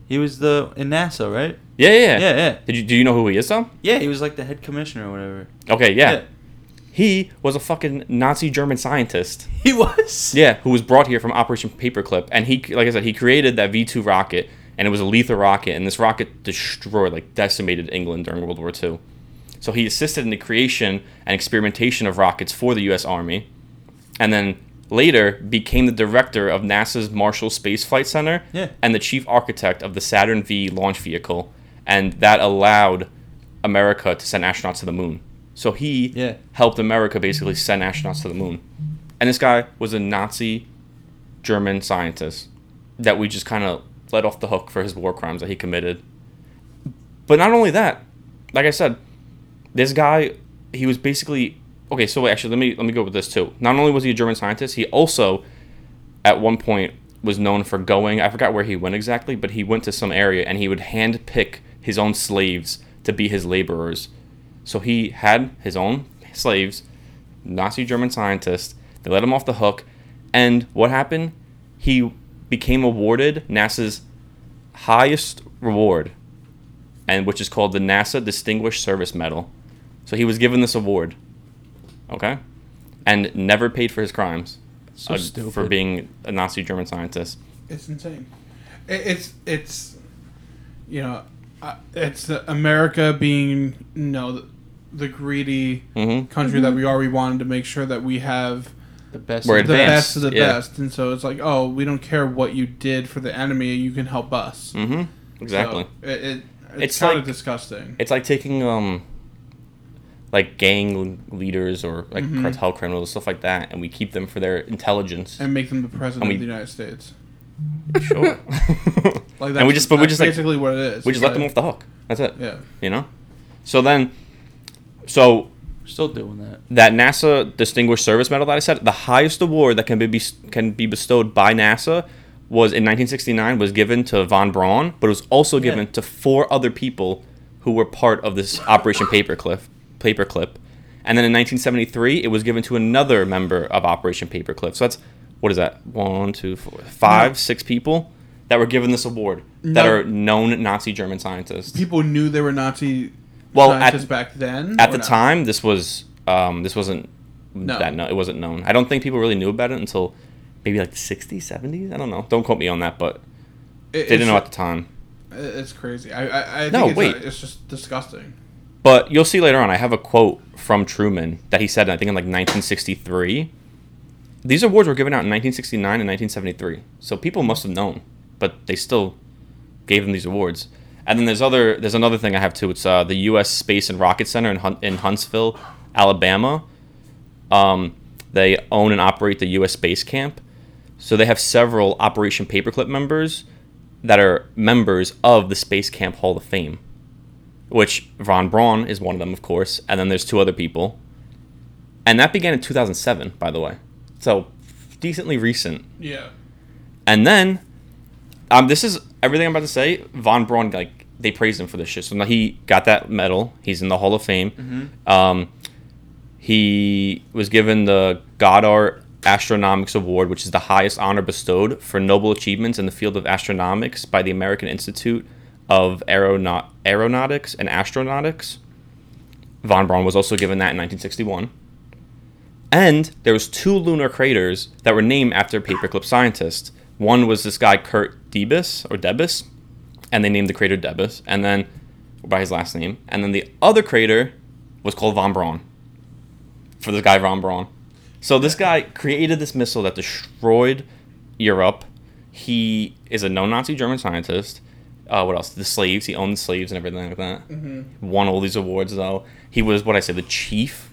S4: He was the in NASA, right?
S1: Yeah, yeah, yeah.
S4: Yeah, yeah.
S1: Did you do you know who he is though?
S4: Yeah, he was like the head commissioner or whatever.
S1: Okay, yeah. He was a fucking Nazi German scientist.
S4: [LAUGHS] He was.
S1: Yeah, who was brought here from Operation Paperclip, and he, like I said, he created that V two rocket, and it was a lethal rocket, and this rocket destroyed, like decimated England during World War II. So he assisted in the creation and experimentation of rockets for the U.S. Army, and then later became the director of NASA's Marshall Space Flight Center
S4: Yeah.
S1: and the chief architect of the Saturn V launch vehicle, and that allowed America to send astronauts to the moon. So he
S4: Yeah.
S1: helped America basically send astronauts to the moon. And this guy was a Nazi German scientist that we just kind of let off the hook for his war crimes that he committed. But not only that, like I said, this guy he was basically okay. So wait, actually, let me let me go with this too. Not only was he a German scientist, he also at one point was known for going. I forgot where he went exactly, but he went to some area and he would hand pick his own slaves to be his laborers. So he had his own slaves, Nazi German scientists. They let him off the hook, and what happened? He became awarded NASA's highest reward, and which is called the NASA Distinguished Service Medal. So he was given this award, okay, and never paid for his crimes
S4: So
S1: uh,
S4: stupid.
S1: for being a Nazi German scientist.
S2: It's insane. It, it's it's you know I- it's the America being you know the, the greedy
S1: Mm-hmm.
S2: country that we are. We wanted to make sure that we have
S4: the best.
S1: Where
S2: the
S1: Advanced,
S2: best of the
S1: yeah.
S2: best, and so it's like, oh, we don't care what you did for the enemy. You can help us.
S1: Mm-hmm. Exactly.
S2: So it, it, it's,
S1: It's
S2: kind of
S1: like-
S2: disgusting.
S1: It's like taking um, like gang leaders or like cartel criminals, stuff like that, and we keep them for their intelligence.
S2: and make them the president
S1: and we-
S2: of the United States.
S1: sure.
S2: Like
S1: and we just, but we
S2: that's
S1: just [LAUGHS] like
S2: basically what it is.
S1: we just
S2: It's
S1: let them
S2: like-
S1: off the hook. That's it.
S2: Yeah.
S1: You know. So then, so
S4: Still doing that.
S1: that NASA Distinguished Service Medal that I said, the highest award that can be can be bestowed by NASA was in 1969 was given to von Braun, but it was also given to four other people who were part of this Operation Paperclip. Paperclip, and then in 1973 it was given to another member of Operation Paperclip. So that's what is that? One, two, four, five, six people that were given this award that
S2: No.
S1: are known Nazi German scientists.
S2: People knew they were Nazi
S1: Well, at-
S2: scientists back then.
S1: At
S2: or
S1: the
S2: no?
S1: time, this was um, this wasn't
S2: No.
S1: that no, it wasn't known. I don't think people really knew about it until maybe like the 60s, 70s. I don't know. Don't quote me on that, but
S2: It-
S1: they didn't
S2: it's-
S1: know at the time.
S2: It's crazy. I, I, I think
S1: No,
S2: it's, uh,
S1: wait.
S2: it's just disgusting.
S1: But you'll see later on. I have a quote from Truman that he said, I think in like 1963. These awards were given out in 1969 and 1973, so people must have known, but they still gave them these awards. And then there's other there's another thing I have too. It's uh, the U.S. Space and Rocket Center in Hun- in Huntsville, Alabama. Um, they own and operate the U.S. Space Camp, so they have several Operation Paperclip members that are members of the Space Camp Hall of Fame which von Braun is one of them, of course, and then there's two other people, and that began in 2007, by the way, so decently recent.
S2: Yeah.
S1: And then, um, this is everything I'm about to say. Von Braun, like they praised him for this shit. So now he got that medal. He's in the Hall of Fame.
S4: Mm-hmm.
S1: Um, he was given the Goddard Astronomics Award, which is the highest honor bestowed for noble achievements in the field of astronomics by the American Institute of Aeronaut- Aeronautics and Astronautics. Von Braun was also given that in 1961. And there was two lunar craters that were named after paperclip scientists. One was this guy Kurt Debus or Debus, and they named the crater Debus, and then by his last name. And then the other crater was called von Braun for this guy von Braun. So this guy created this missile that destroyed Europe. He is a known Nazi German scientist. Uh, what else? The slaves. He owned the slaves and everything like that. Won all these awards though. He was what I say the chief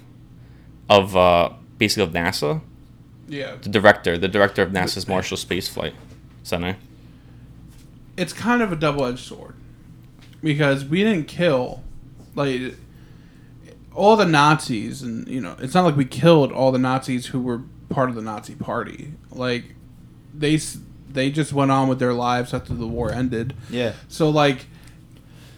S1: of uh, basically of NASA,
S2: Yeah.
S1: the director, the director of NASA's Marshall Space Flight Center.
S2: It's kind of a double edged sword because we didn't kill, like, all the Nazis, and, you know, it's not like we killed all the Nazis who were part of the Nazi party. Like, they, s- they just went on with their lives after the war ended.
S4: Yeah.
S2: So like,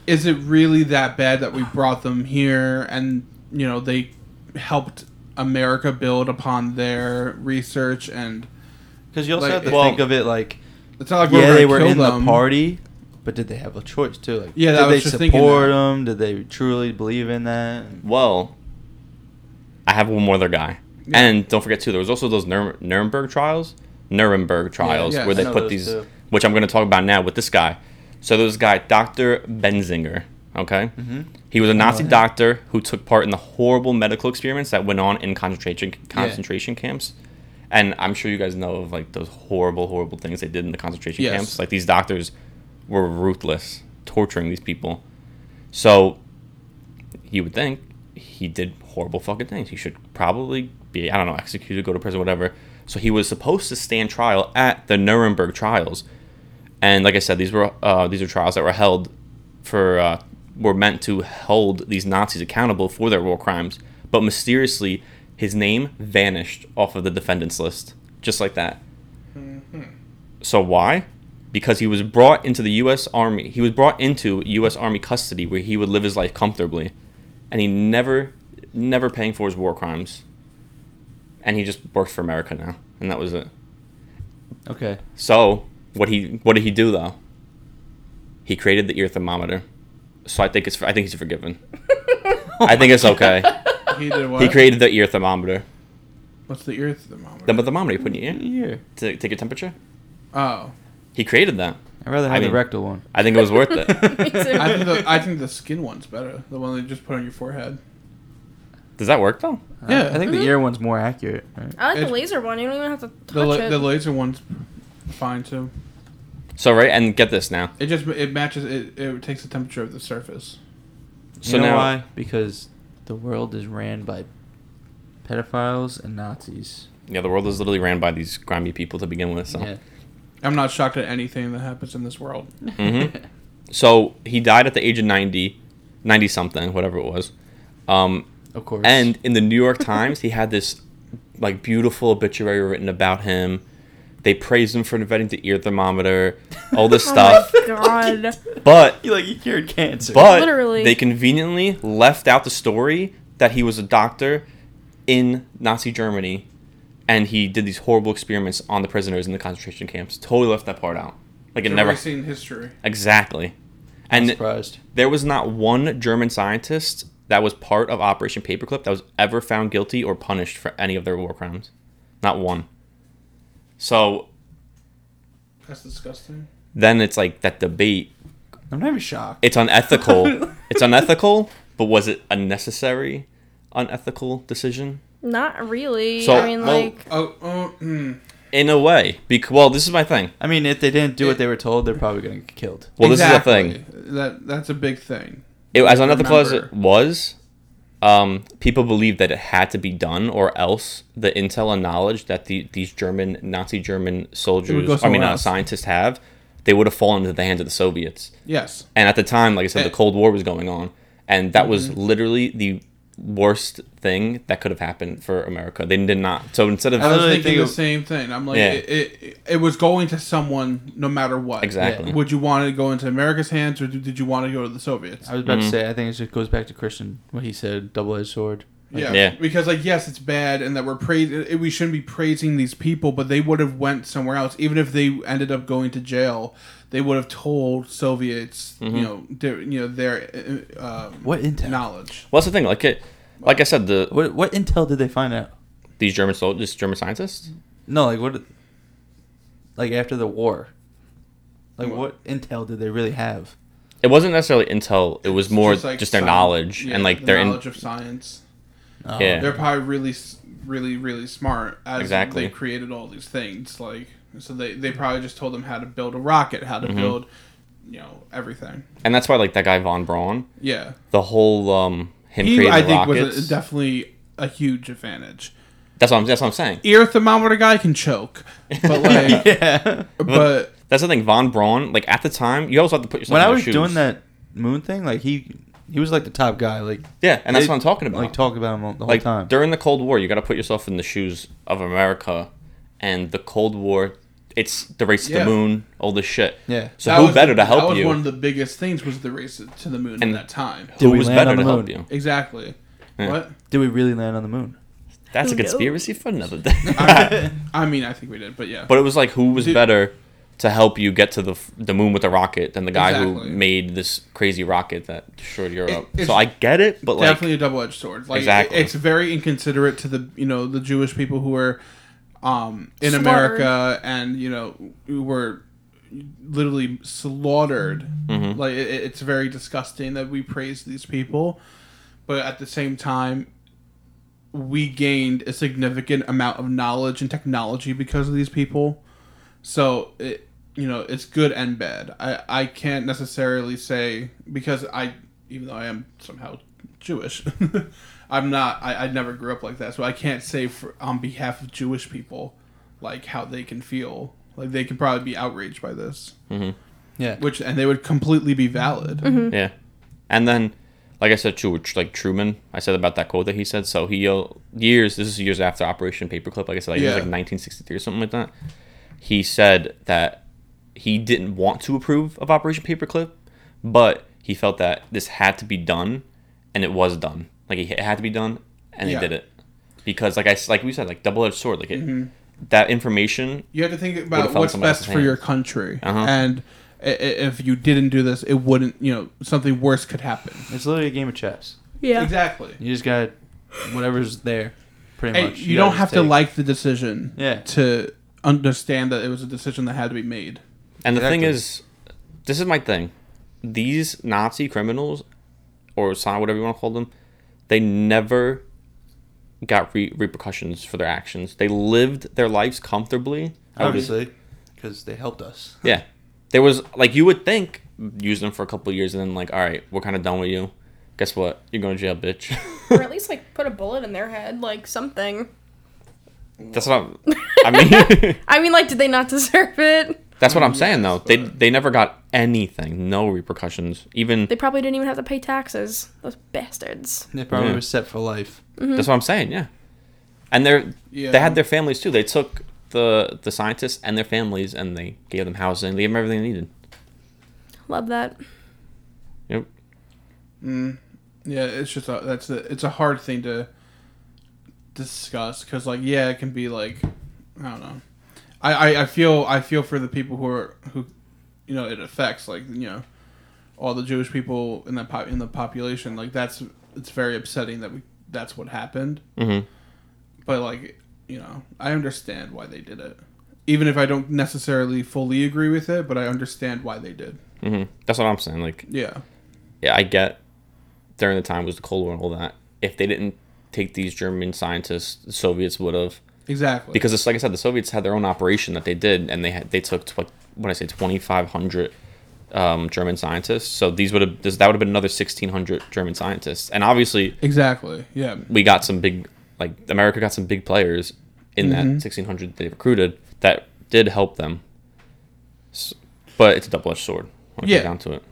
S2: is it really that bad that we brought them here and you know they helped America build upon their research and
S4: Because you also
S2: Like,
S4: have to
S1: well-
S4: think of it like,
S2: it's not like we're
S4: yeah,
S2: gonna
S4: they were
S2: kill
S4: in
S2: them.
S4: the party, but did they have a choice too? Like,
S2: Yeah,
S4: did
S2: that I was
S4: they
S2: just thinking
S4: support
S2: that.
S4: them? Did they truly believe in that?
S1: Well, I have one more other guy,
S2: Yeah.
S1: and don't forget too. There was also those Nur- Nuremberg trials, Nuremberg trials,
S2: yes.
S1: where
S2: I
S1: they
S4: know
S1: put
S4: those
S1: these,
S4: too.
S1: which I'm going to talk about now with this guy. So there was a guy, Doctor Benzinger. Okay,
S4: Mm-hmm.
S1: he was a Nazi
S4: yeah.
S1: doctor who took part in the horrible medical experiments that went on in concentration concentration camps. And I'm sure you guys know of like those horrible, horrible things they did in the concentration
S2: Yes.
S1: camps. Like these doctors were ruthless, torturing these people. So you would think he did horrible fucking things. He should probably be, I don't know, executed, go to prison, whatever. So he was supposed to stand trial at the Nuremberg trials, and like I said, these were uh, these are trials that were held for uh, were meant to hold these Nazis accountable for their war crimes. But mysteriously, his name vanished off of the defendants list, just like that. So why? Because he was brought into the U.S. Army. He was brought into U.S. Army custody where he would live his life comfortably, and he never, never paying for his war crimes. And he just works for America now, and that was it.
S4: Okay.
S1: So what he what did he do though? He created the ear thermometer. So I think it's I think he's
S4: [LAUGHS]
S1: forgiven. I think it's okay.
S2: [LAUGHS] He did what?
S1: He created the ear thermometer.
S2: What's the ear thermometer?
S1: The thermometer you put in your ear
S4: Yeah.
S1: to take your temperature.
S2: oh,
S1: He created that.
S4: I'd rather have
S1: I
S4: the
S1: mean-
S4: rectal one.
S1: I think it was worth
S3: [LAUGHS]
S4: [LAUGHS]
S1: it.
S2: I think the I think the skin one's better. The one they just put on your forehead.
S1: Does that work though?
S4: Uh,
S2: Yeah.
S4: I think
S3: Mm-hmm.
S4: the ear one's more accurate. Right?
S3: I like
S2: It-
S3: the laser one. You don't even have to touch
S2: The la-
S3: it.
S2: the laser one's fine too.
S1: So right, and get this now.
S2: It just it matches. It, it takes the temperature of the surface.
S1: So
S4: you know
S1: now
S4: why? Because the world is ran by pedophiles and Nazis.
S1: yeah, the world is literally ran by these grimy people to begin with. So
S4: Yeah.
S2: I'm not shocked at anything that happens in this world.
S1: Mhm. so he died at the age of 90, 90 something, whatever it was. Um,
S4: [LAUGHS] of course. [LAUGHS]
S1: And in the New York Times, he had this like beautiful obituary written about him. They praised him for inventing the ear thermometer, all
S4: [LAUGHS]
S1: this
S3: Oh
S1: stuff.
S3: my God.
S1: [LAUGHS] But
S4: he like he cured cancer.
S1: but
S3: Literally.
S1: they conveniently left out the story that he was a doctor in Nazi Germany and he did these horrible experiments on the prisoners in the concentration camps. Totally left that part out. Like it never
S2: seen history.
S1: exactly.
S4: I'm
S1: And
S4: surprised.
S1: there was not one German scientist that was part of Operation Paperclip that was ever found guilty or punished for any of their war crimes. Not one. So
S2: That's disgusting.
S1: then it's like that debate.
S4: I'm not even shocked.
S1: It's unethical. it's unethical, but was it a necessary unethical decision?
S3: Not really.
S1: So,
S3: I mean,
S1: well-
S3: like,
S2: Oh, oh mm.
S1: In a way. Bec- well, this is my thing.
S4: I mean, if they didn't do what they were told, they're probably gonna get killed.
S1: Well, this is the thing.
S2: Exactly. That that's a big thing.
S1: It, as unethical as it
S2: Remember.
S1: was, um, people believed that it had to be done, or else the intel and knowledge that the, these German Nazi German soldiers, I mean,
S2: somewhere
S1: not
S2: else.
S1: scientists, have, they would have fallen into the hands of the Soviets.
S2: Yes.
S1: And at the time, like I said, the
S2: Eh. Mm-hmm.
S1: Cold War was going on, and that was literally the worst thing that could have happened for America. They did not. So instead of
S2: I was
S4: literally
S2: thinking
S4: think
S2: the
S4: of-
S2: same thing. I'm like,
S1: Yeah.
S2: it, it, it was going to someone no matter what.
S1: Exactly.
S2: Would you want it to go into America's hands or did you want to go to the Soviets?
S4: I was
S1: Mm-hmm.
S4: about to say, I think it just goes back to Christian what he said, double-edged sword.
S2: Yeah.
S1: Yeah.
S2: Because like, yes, it's bad, and that we're praising. We shouldn't be praising these people, but they would have went somewhere else. Even if they ended up going to jail, they would have told Soviets,
S1: Mm-hmm.
S2: you know, their, you know, their uh, um,
S4: What intel?
S2: knowledge.
S1: well, that's the thing. Like it, like I said, the
S4: What what intel did they find out?
S1: these German soldiers, German scientists.
S4: No, like what? Like after the war, like
S2: What?
S4: what intel did they really have?
S1: It wasn't necessarily intel. It was more just,
S2: like,
S1: their
S2: sci-
S1: knowledge
S2: yeah,
S1: and like
S2: the
S1: their in,
S2: knowledge of science.
S4: Oh.
S1: Yeah.
S2: They're probably really, s- really, really smart. As
S1: Exactly.
S2: They created all these things, like so they they probably just told them how to build a rocket, how
S1: Mm-hmm.
S2: to build, you know, everything.
S1: and that's why like that guy von Braun.
S2: Yeah.
S1: the whole um him
S2: He,
S1: creating
S2: I
S1: the
S2: think,
S1: rockets.
S2: was a, definitely a huge advantage.
S1: that's what I'm that's what I'm saying.
S2: ear thermometer guy can choke,
S1: [LAUGHS]
S2: but
S1: Oh,
S2: like,
S4: [LAUGHS] yeah.
S2: but
S1: That's the thing, Von Braun. Like at the time, you always have to put yourself.
S4: When
S1: in
S4: I
S1: their
S4: was
S1: shoes.
S4: doing that moon thing, like he he was like the top guy. Like
S1: yeah, and that's
S4: they-
S1: what I'm talking about.
S4: Like talk about him all- the whole
S1: Like,
S4: time.
S1: during the Cold War, you got to put yourself in the shoes of America, and the Cold War, it's the race to
S2: Yeah.
S1: the moon, all this shit.
S4: Yeah.
S1: [LAUGHS] So who better to
S2: That
S1: help
S2: was
S1: you?
S2: one of the biggest things was the race to the moon in
S1: And-
S2: that time.
S1: who
S4: we
S1: was
S4: land
S1: better
S4: on
S1: to
S4: the
S1: help
S4: moon?
S1: you?
S2: Exactly.
S1: Yeah. [LAUGHS]
S2: What?
S4: Did we really land on the moon?
S1: That's a
S3: Who knows?
S1: conspiracy for
S4: [LAUGHS]
S1: another day. [LAUGHS]
S2: I, I mean, I think we did, but yeah.
S1: but it was like who was
S2: Dude.
S1: better to help you get to the f- the moon with the rocket than the guy who
S2: Exactly.
S1: made this crazy rocket that destroyed Europe.
S2: it's
S1: so I get it, but like
S2: Definitely a double-edged sword. Like,
S1: Exactly.
S2: it- it's very inconsiderate to the you know the Jewish people who were um, in
S3: Slaughtered.
S2: America and you know who were literally slaughtered.
S1: Mm-hmm.
S2: Like it, it- it's very disgusting that we praise these people, but at the same time, we gained a significant amount of knowledge and technology because of these people. So it you know it's good and bad. I I can't necessarily say because I even though I am somehow Jewish, [LAUGHS] I'm not. I, I never grew up like that, so I can't say for on behalf of Jewish people like how they can feel. Like they can probably be outraged by this,
S4: Yeah.
S2: which and they would completely be valid.
S1: Yeah, and then, like I said, Tru- like Truman, I said about that quote that he said. So he uh, years. This is years after Operation Paperclip. Like I said, like, it was
S2: Yeah.
S1: like 1963 or something like that. he said that he didn't want to approve of Operation Paperclip, but he felt that this had to be done, and it was done. Like it had to be done, and
S2: Yeah.
S1: they did it because, like I s- like we said, like double edged sword. Like it,
S2: Mm-hmm.
S1: that information
S2: You have to think
S1: Would've
S2: about
S1: fell in
S2: what's
S1: somebody
S2: best
S1: else's
S2: for your
S1: hands.
S2: country,
S1: Uh-huh.
S2: and i- i- if you didn't do this, it wouldn't. You know, something worse could happen.
S4: It's literally a game of chess.
S3: Yeah.
S2: Exactly.
S4: You just got whatever's there, pretty
S2: Hey,
S4: much.
S2: you don't
S4: gotta
S2: have
S4: just
S2: to
S4: take-
S2: like the decision
S4: Yeah.
S2: to understand that it was a decision that had to be made.
S1: And the thing
S4: Exactly.
S1: is, this is my thing. These Nazi criminals, or Sa, whatever you want to call them, they never got re- repercussions for their actions. They lived their lives comfortably.
S4: obviously because they helped us.
S1: Yeah. There was, like, you would think, use them for a couple of years and then, like, all right, we're kind of done with you. Guess what? You're going to jail, bitch.
S3: [LAUGHS]
S1: [LAUGHS]
S3: or at least like put a bullet in their head, like something. [LAUGHS]
S1: That's what I'm, I mean. [LAUGHS]
S3: I mean, like, did they not [LAUGHS] deserve it?
S1: That's what I'm saying, though. They,
S2: but-
S1: they never got anything, no repercussions. Even
S3: They probably didn't even have to pay taxes. Those bastards.
S4: They probably
S1: Yeah.
S4: were set for life.
S1: That's what I'm saying. Yeah, and they're
S2: Yeah.
S1: they had their families too. They took the the scientists and their families, and they gave them housing. They gave them everything they needed.
S3: Love that.
S1: Yep.
S2: Mm. Yeah, it's just a, that's a, it's a hard thing to discuss because like yeah, it can be like I don't know. I, I, I feel I feel for the people who are who you know it affects like you know all the Jewish people in that pop, in the population like that's it's very upsetting that we that's what happened.
S1: Mm-hmm.
S2: But like you know I understand why they did it, even if I don't necessarily fully agree with it, but I understand why they did.
S1: Mm-hmm. That's what I'm saying. Like,
S2: Yeah.
S1: yeah, I get during the time was the Cold War and all that. If they didn't take these German scientists, the Soviets would have
S2: Exactly.
S1: because it's like I said, the Soviets had their own operation that they did, and they had they took tw- what I say twenty five hundred um, German scientists. So these would have this, that would have been another sixteen hundred German scientists, and obviously
S2: exactly. Yeah.
S1: we got some big like America got some big players in that
S2: Mm-hmm.
S1: 1600 they recruited that did help them. S but it's a double edged sword. When yeah.
S2: Yeah.
S1: Down to it.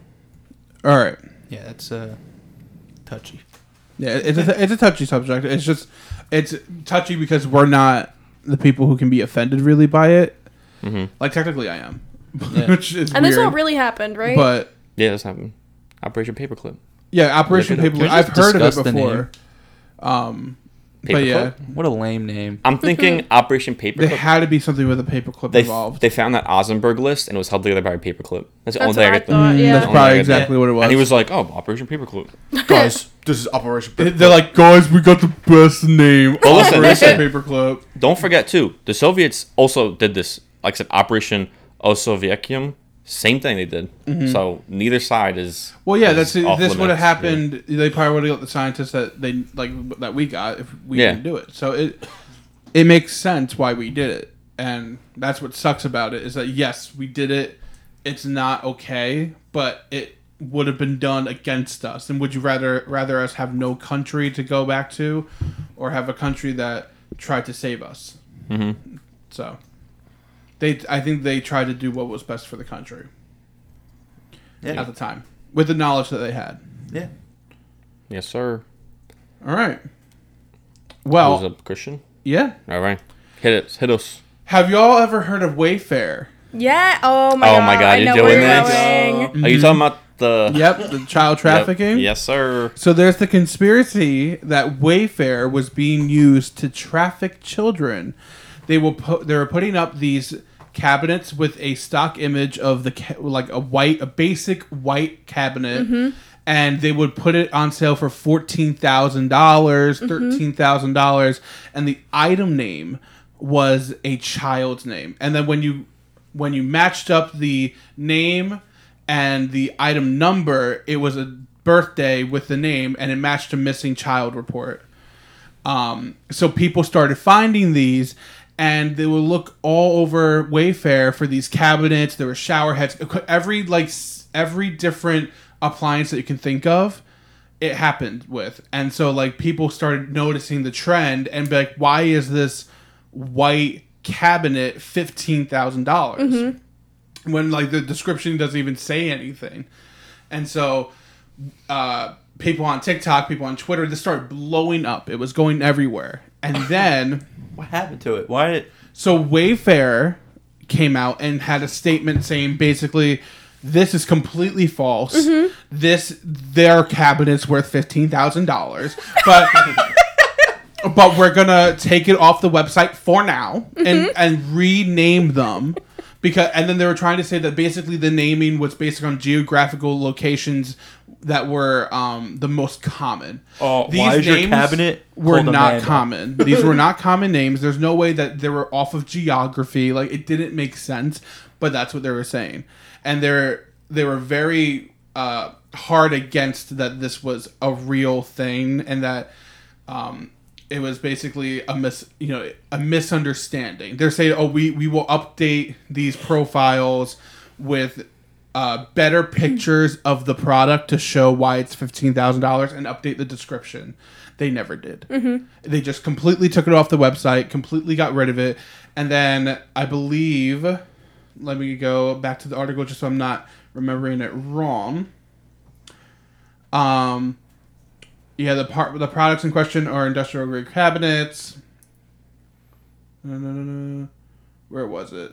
S2: All right.
S4: Yeah, that's uh, touchy.
S2: Yeah, it's a, it's a touchy subject. It's just it's touchy because we're not the people who can be offended really by it.
S4: Mm-hmm.
S2: Like technically, I am, [LAUGHS]
S4: Yeah.
S2: which is
S3: And
S2: weird.
S3: this all really happened, right?
S2: But
S1: Yeah, that's happened. Operation Paperclip.
S2: yeah, Operation
S1: Look it up.
S2: Paperclip.
S4: Can we
S2: I've
S4: just
S2: heard of it
S4: discuss the
S2: before. Um, but
S1: Paperclip.
S2: yeah,
S4: What a lame name.
S1: I'm thinking Operation Paperclip.
S2: there
S1: They,
S2: had to be something with a paperclip
S1: they, f-
S2: involved.
S1: they found that Ozenberg list and it was held together by a paperclip. That's the
S3: That's
S1: only thing
S3: what
S1: I
S3: I
S1: get.
S3: thought, yeah.
S2: Mm, That's
S1: only
S2: probably
S1: thing I get.
S2: exactly what it was.
S1: And he was like, "Oh, Operation Paperclip."
S5: Guys, [LAUGHS] this is Operation
S2: They- They're like, guys, we got the best name.
S1: Well, listen,
S2: Operation
S1: listen.
S2: Paperclip.
S1: Don't forget too, the Soviets also did this. Like I said, Operation Osoviekium. Same thing they did. So neither side is.
S2: Mm-hmm. Well, yeah,
S1: is
S2: that's
S1: off
S2: this would have
S1: limits.
S2: happened. They probably would have got the scientists that they like that we got if we
S1: Yeah.
S2: didn't do it. So it it makes sense why we did it, and that's what sucks about it is that yes, we did it. It's not okay, but it would have been done against us. And would you rather rather us have no country to go back to, or have a country that tried to save us? So they, I think they tried to do what was best for the country at
S4: Yeah,
S2: the time with the knowledge that they had.
S4: yeah.
S1: Yeah. Yes, sir.
S2: All right.
S1: Oh.
S2: Well,
S1: Who's up, Christian?
S2: yeah.
S1: All right. Hit us. Hit us.
S2: Have y'all ever heard of Wayfair?
S3: [LAUGHS] yeah. Oh my
S1: Oh
S3: god.
S1: my God,
S3: I
S1: you're
S3: know
S1: doing
S3: where
S1: this?
S3: You're going.
S1: Are you talking about the
S2: Yep, the
S1: Yep.
S2: child Mm-hmm. trafficking.
S1: Yes, sir.
S2: So there's the conspiracy that Wayfair was being used to traffic children. They will put they were putting up these cabinets with a stock image of the ca- like a white a basic white cabinet and they would put it on sale for $14,000, $13,000 dollars and the item name was a child's name. And then when you when you matched up the name and the item number, it was a birthday with the name, and it matched a missing child report. Um, so people started finding these, and they would look all over Wayfair for these cabinets. There were shower heads, equi- every like s- every different appliance that you can think of. It happened with, and so like people started noticing the trend and be like, why is this white cabinet fifteen dollars? when like the description doesn't even say anything. And so uh, people on TikTok, people on Twitter, this started blowing up. It was going everywhere. And then
S4: What happened to it? Why did?
S2: so Wayfair came out and had a statement saying basically this is completely false. This their cabinet's worth fifteen thousand dollars, but but we're gonna take it off the website for now and and rename them because and then they were trying to say that basically the naming was based on geographical locations that were um, the most common.
S4: Oh, why is your cabinet
S2: were
S4: called a
S2: not
S4: man?
S2: common.
S4: [LAUGHS]
S2: These were not common names. There's no way that they were off of geography. Like it didn't make sense, but that's what they were saying, and they're they were very uh, hard against that this was a real thing and that um, it was basically a mis you know a misunderstanding. They're saying, "Oh, we we will update these profiles with uh, better pictures of the product to show why it's fifteen thousand dollars and update the description." They never did. Mm-hmm. They just completely took it off the website, completely got rid of it, and then I believe. Let me go back to the article just so I'm not remembering it wrong. Um, yeah, the part the products in question are industrial grade cabinets. No, no, no, no. Where was it?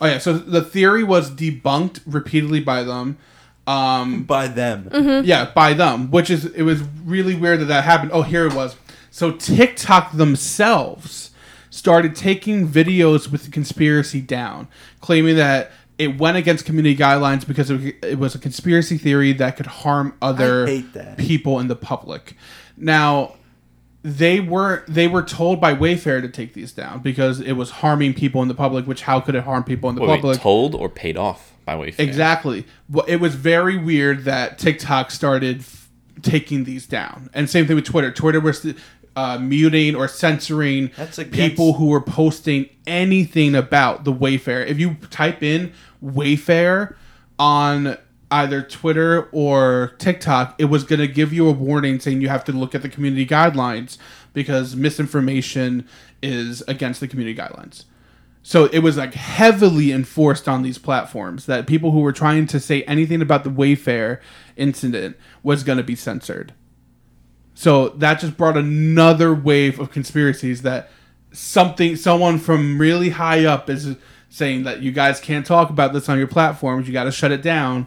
S2: Oh yeah, so the theory was debunked repeatedly by them. Um,
S4: by them.
S2: yeah, by them, which is it was really weird that that happened. Oh, here it was. So TikTok themselves started taking videos with the conspiracy down, claiming that it went against community guidelines because it it was a conspiracy theory that could harm other
S4: I hate that.
S2: people in the public. Now, they were they were told by Wayfair to take these down because it was harming people in the public. Which how could it harm people in the
S1: Wait, wait,
S2: public?
S1: told or paid off by Wayfair?
S2: Exactly. Well, it was very weird that TikTok started f- taking these down, and same thing with Twitter. Twitter was uh, muting or censoring
S4: That's against-
S2: people who were posting anything about the Wayfair. If you type in Wayfair on either Twitter or TikTok, it was going to give you a warning saying you have to look at the community guidelines because misinformation is against the community guidelines. So it was like heavily enforced on these platforms that people who were trying to say anything about the Wayfair incident was going to be censored. So that just brought another wave of conspiracies that something someone from really high up is saying that you guys can't talk about this on your platforms, you got to shut it down.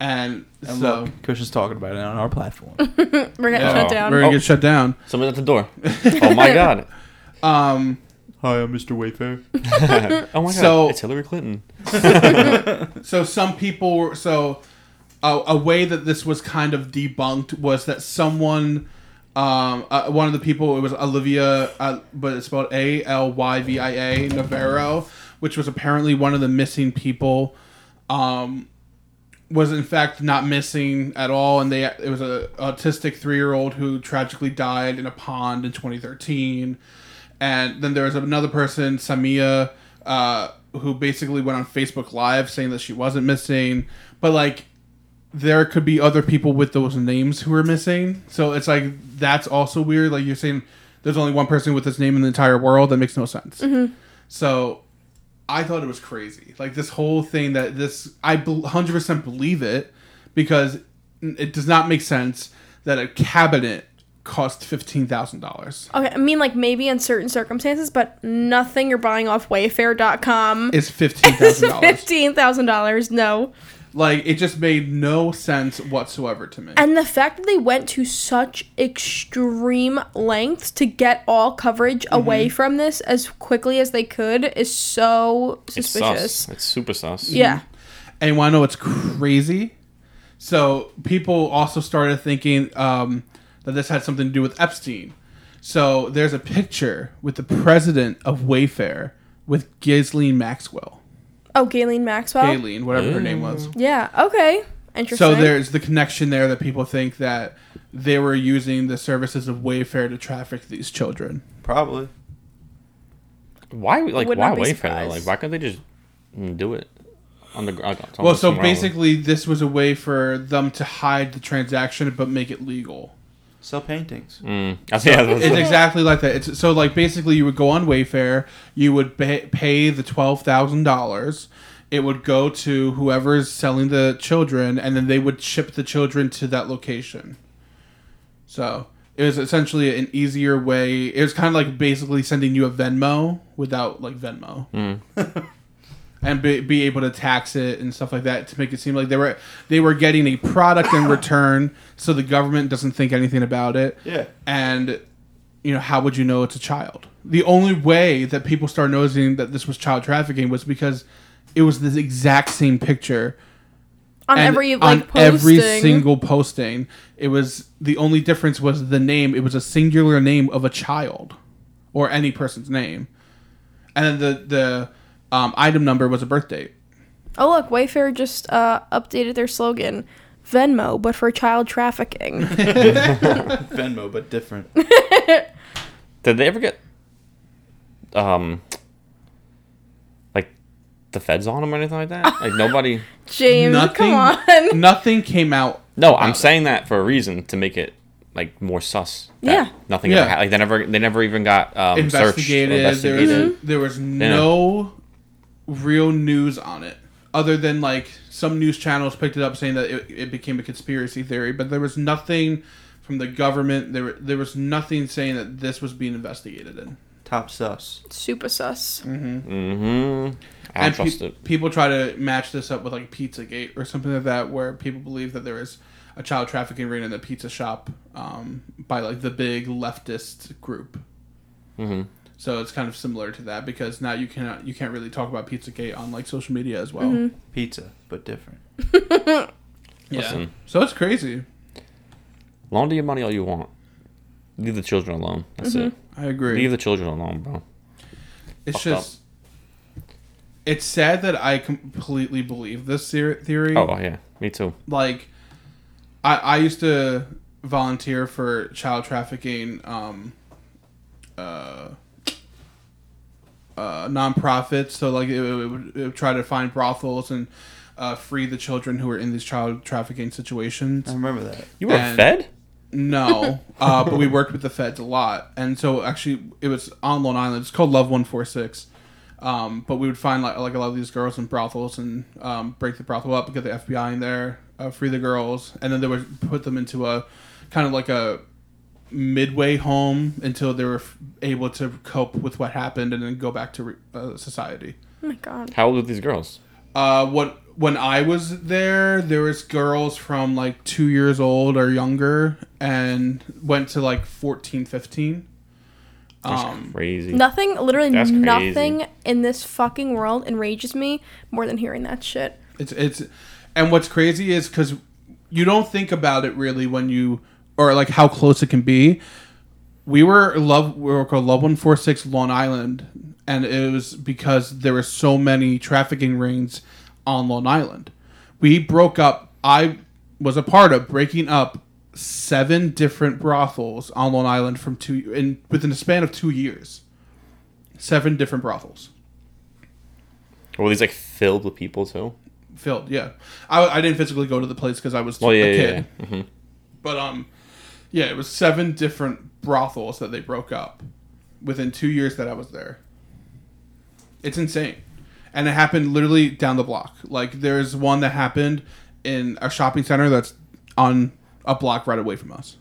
S2: And,
S4: And
S2: so
S4: look, Christian's talking about it on our platform.
S3: We're gonna
S2: Yeah.
S3: shut down.
S2: we're going to
S1: Oh.
S2: get shut down.
S1: Someone's at the
S2: [LAUGHS]
S1: door. Oh my god. [LAUGHS]
S2: Um
S4: Hi, I'm Mr. Wayfair.
S1: Oh my god.
S2: So-
S1: it's Hillary Clinton.
S2: so some people were so a, a way that this was kind of debunked was that someone um uh, one of the people it was olivia uh, but it's spelled a l y v i a navarro which was apparently one of the missing people um was in fact not missing at all and they it was a autistic 3-year-old who tragically died in a pond in 2013 and then there was another person, Samia, uh, who basically went on Facebook Live saying that she wasn't missing. But like, there could be other people with those names who are missing. So it's like that's also weird. Like you're saying, there's only one person with this name in the entire world. That makes no sense. So I thought it was crazy. Like this whole thing that this I hundred percent believe it because it does not make sense that a cabinet cost fifteen thousand dollars.
S3: Okay, I mean like maybe in certain circumstances, but nothing you're buying off Wayfair.com
S2: It's fifteen
S3: is
S2: thousand dollars.
S3: [LAUGHS] fifteen thousand dollars. No,
S2: Like it just made no sense whatsoever to me.
S3: and the fact that they went to such extreme lengths to get all coverage
S2: Mm-hmm.
S3: away from this as quickly as they could is so
S1: It's
S3: suspicious.
S2: Mm-hmm.
S1: sus. It's super sus.
S3: Yeah,
S2: and you want to know what's crazy? So people also started thinking um, that this had something to do with Epstein. So there's a picture with the president of Wayfair with Ghislaine Maxwell,
S3: Oh, Galen Maxwell.
S2: Ghislaine, whatever her name was.
S3: Yeah. Okay. Interesting.
S2: So there's the connection there that people think that they were using the services of Wayfair to traffic these children.
S4: Probably.
S1: Why like
S3: Would
S1: why
S3: not be
S1: Wayfair?
S3: surprised.
S1: Like why can't they just do it on the ground?
S2: Well, so basically, this was a way for them to hide the transaction but make it legal.
S4: Sell paintings.
S1: mm, I think that's
S2: It's exactly like that. It's so like basically, you would go on Wayfair, you would pay, pay the twelve thousand dollars. It would go to whoever's selling the children, and then they would ship the children to that location. So it was essentially an easier way. It was kind of like basically sending you a Venmo without like Venmo. [LAUGHS] and be, be able to tax it and stuff like that to make it seem like they were they were getting a product in return, so the government doesn't think anything about it.
S4: Yeah.
S2: And you know, how would you know it's a child? The only way that people started noticing that this was child trafficking was because it was this exact same picture
S3: on
S2: and
S3: every like
S2: on
S3: posting.
S2: every single posting. It was the only difference was the name. It was a singular name of a child, or any person's name, and then the the um, item number was a birth
S3: [LAUGHS]
S2: date.
S3: Oh look, Wayfair just uh, updated their slogan, Venmo, but for
S2: [LAUGHS]
S3: child trafficking.
S4: [LAUGHS] Venmo, but different.
S1: Did they ever get, um, like the feds on them or anything like
S2: [LAUGHS]
S1: that? Like nobody.
S3: James, come on.
S2: nothing came out.
S1: No, I'm saying that for a reason to make it like more sus. that
S3: Yeah.
S1: Nothing.
S2: Yeah.
S1: Ever ha- like they never. They never even got um,
S2: Investigated.
S1: Searched or
S2: There was,
S1: investigated.
S2: there was no real news on it, other than like some news channels picked it up saying that it, it became a conspiracy theory. But there was nothing from the government. There there was nothing saying that this was being investigated in.
S4: Top sus.
S3: Super sus.
S2: Mm.
S1: Mm-hmm. I don't
S2: and
S1: trust
S2: pe-
S1: it.
S2: people try to match this up with like Pizzagate or something like that, where people believe that there is a child trafficking ring in the pizza shop um, by like the big leftist group.
S1: Mm-hmm.
S2: So it's kind of similar to that because now you cannot you can't really talk about Pizzagate on like social media as well.
S4: Pizza, but different.
S2: Yeah.
S1: Listen.
S2: So it's crazy.
S1: Launder your money all you want. Leave the children alone. That's it.
S2: I agree.
S1: Leave the children alone, bro.
S2: it's
S1: fucked up.
S2: just it's sad that I completely believe this theor- theory.
S1: Oh yeah, me too.
S2: like I, I used to volunteer for child trafficking um uh uh nonprofits so like it, it, would, it would try to find brothels and uh, free the children who were in these child trafficking situations
S4: I remember that.
S1: You were
S2: And-
S1: fed.
S2: no, uh, but we worked with the feds a lot, and so actually it was on Long Island. It's called Love One Four Six. Um, but we would find like, like a lot of these girls in brothels and um, break the brothel up, get the FBI in there, uh, free the girls, and then they would put them into a kind of like a midway home until they were f- able to cope with what happened and then go back to re- uh, society.
S3: Oh my god.
S1: How old were these girls?
S2: Uh, what when I was there, there was girls from like two years old or younger, and went to like 14, 15.
S1: That's
S2: Um,
S1: crazy.
S3: Nothing, literally
S1: That's crazy.
S3: nothing in this fucking world enrages me more than hearing that shit.
S2: It's it's, and what's crazy is because you don't think about it really when you or like how close it can be. We were love we were called Love One Four Six Long Island, and it was because there were so many trafficking rings on Long Island. We broke up. I was a part of breaking up seven different brothels on Long Island from two in within the span of two years. Seven different brothels.
S1: Were these like filled with people too?
S2: filled. Yeah, I, I didn't physically go to the place because I was
S1: Well, yeah,
S2: a
S1: yeah.
S2: kid.
S1: yeah. Mm-hmm.
S2: But um, yeah, it was seven different brothels that they broke up within two years that I was there. It's insane, and it happened literally down the block. Like there's one that happened in a shopping center that's on a block right away from us.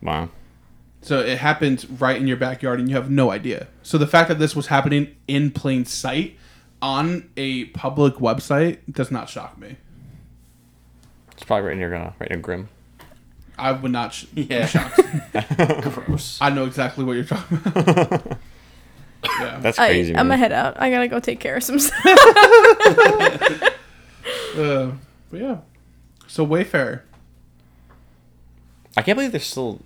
S1: Wow.
S2: So it happens right in your backyard and you have no idea. So the fact that this was happening in plain sight on a public website does not shock me.
S1: It's probably right near uh, right near
S3: [LAUGHS]
S1: Grim.
S2: I would not sh-
S4: [LAUGHS] Yeah.
S2: shocked.
S4: [LAUGHS] Gross.
S2: I know exactly what you're talking about.
S1: [LAUGHS]
S2: yeah.
S1: That's crazy.
S3: I, I'm
S1: man.
S3: gonna head out. I gotta go take care
S1: [LAUGHS]
S3: of some stuff.
S2: Uh, but yeah. So Wayfair.
S1: I can't believe they're still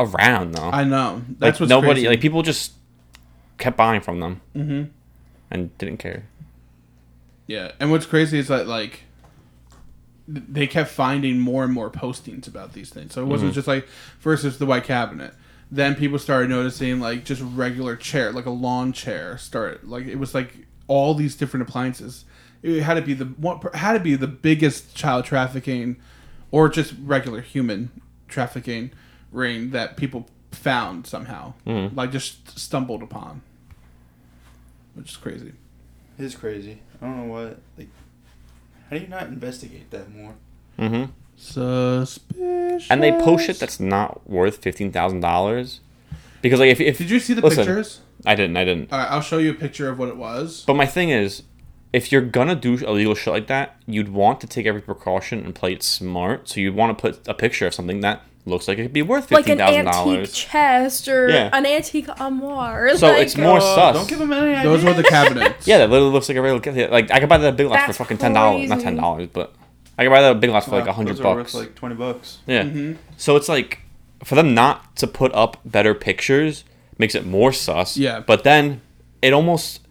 S1: around though.
S2: I know. That's
S1: like
S2: what's
S1: nobody
S2: crazy. Mm-hmm.
S1: like people just kept buying from them and didn't care.
S2: yeah. And what's crazy is that like th- they kept finding more and more postings about these things. So it wasn't just like first it's the white cabinet. Then people started noticing like just regular chair, like a lawn chair. Start like it was like all these different appliances. It had to be the one had to be the biggest child trafficking or just regular human trafficking ring that people found somehow, like just stumbled upon, which is crazy.
S4: It is crazy. I don't know what. Like, how do you not investigate that more?
S1: Mm-hmm.
S2: Suspicious.
S1: And they post shit that's not worth fifteen thousand dollars because like if, if
S2: Did you see the
S1: listen,
S2: pictures?
S1: I didn't. I didn't.
S2: All right, I'll show you a picture of what it was.
S1: But my thing is, if you're gonna do illegal shit like that, you'd want to take every precaution and play it smart. So you'd want to put a picture of something that looks like it could be worth
S3: like
S1: fifteen
S3: an
S1: thousand
S3: antique
S1: dollars.
S3: chest or
S1: Yeah.
S3: an antique armoire.
S1: So
S3: like,
S1: it's more sus.
S4: Uh, Don't give him any ideas.
S2: Those were the
S1: [LAUGHS]
S2: cabinets.
S1: Yeah, that literally looks like a real. Like I could buy that at big lots for
S3: That's
S1: fucking ten dollars, not
S3: crazy.
S1: ten dollars, but I could buy that at big lots for like
S4: Wow,
S1: a hundred
S4: those are
S1: bucks.
S4: worth like twenty bucks.
S1: Yeah. So it's like for them not to put up better pictures makes it more sus.
S2: Yeah.
S1: But then it almost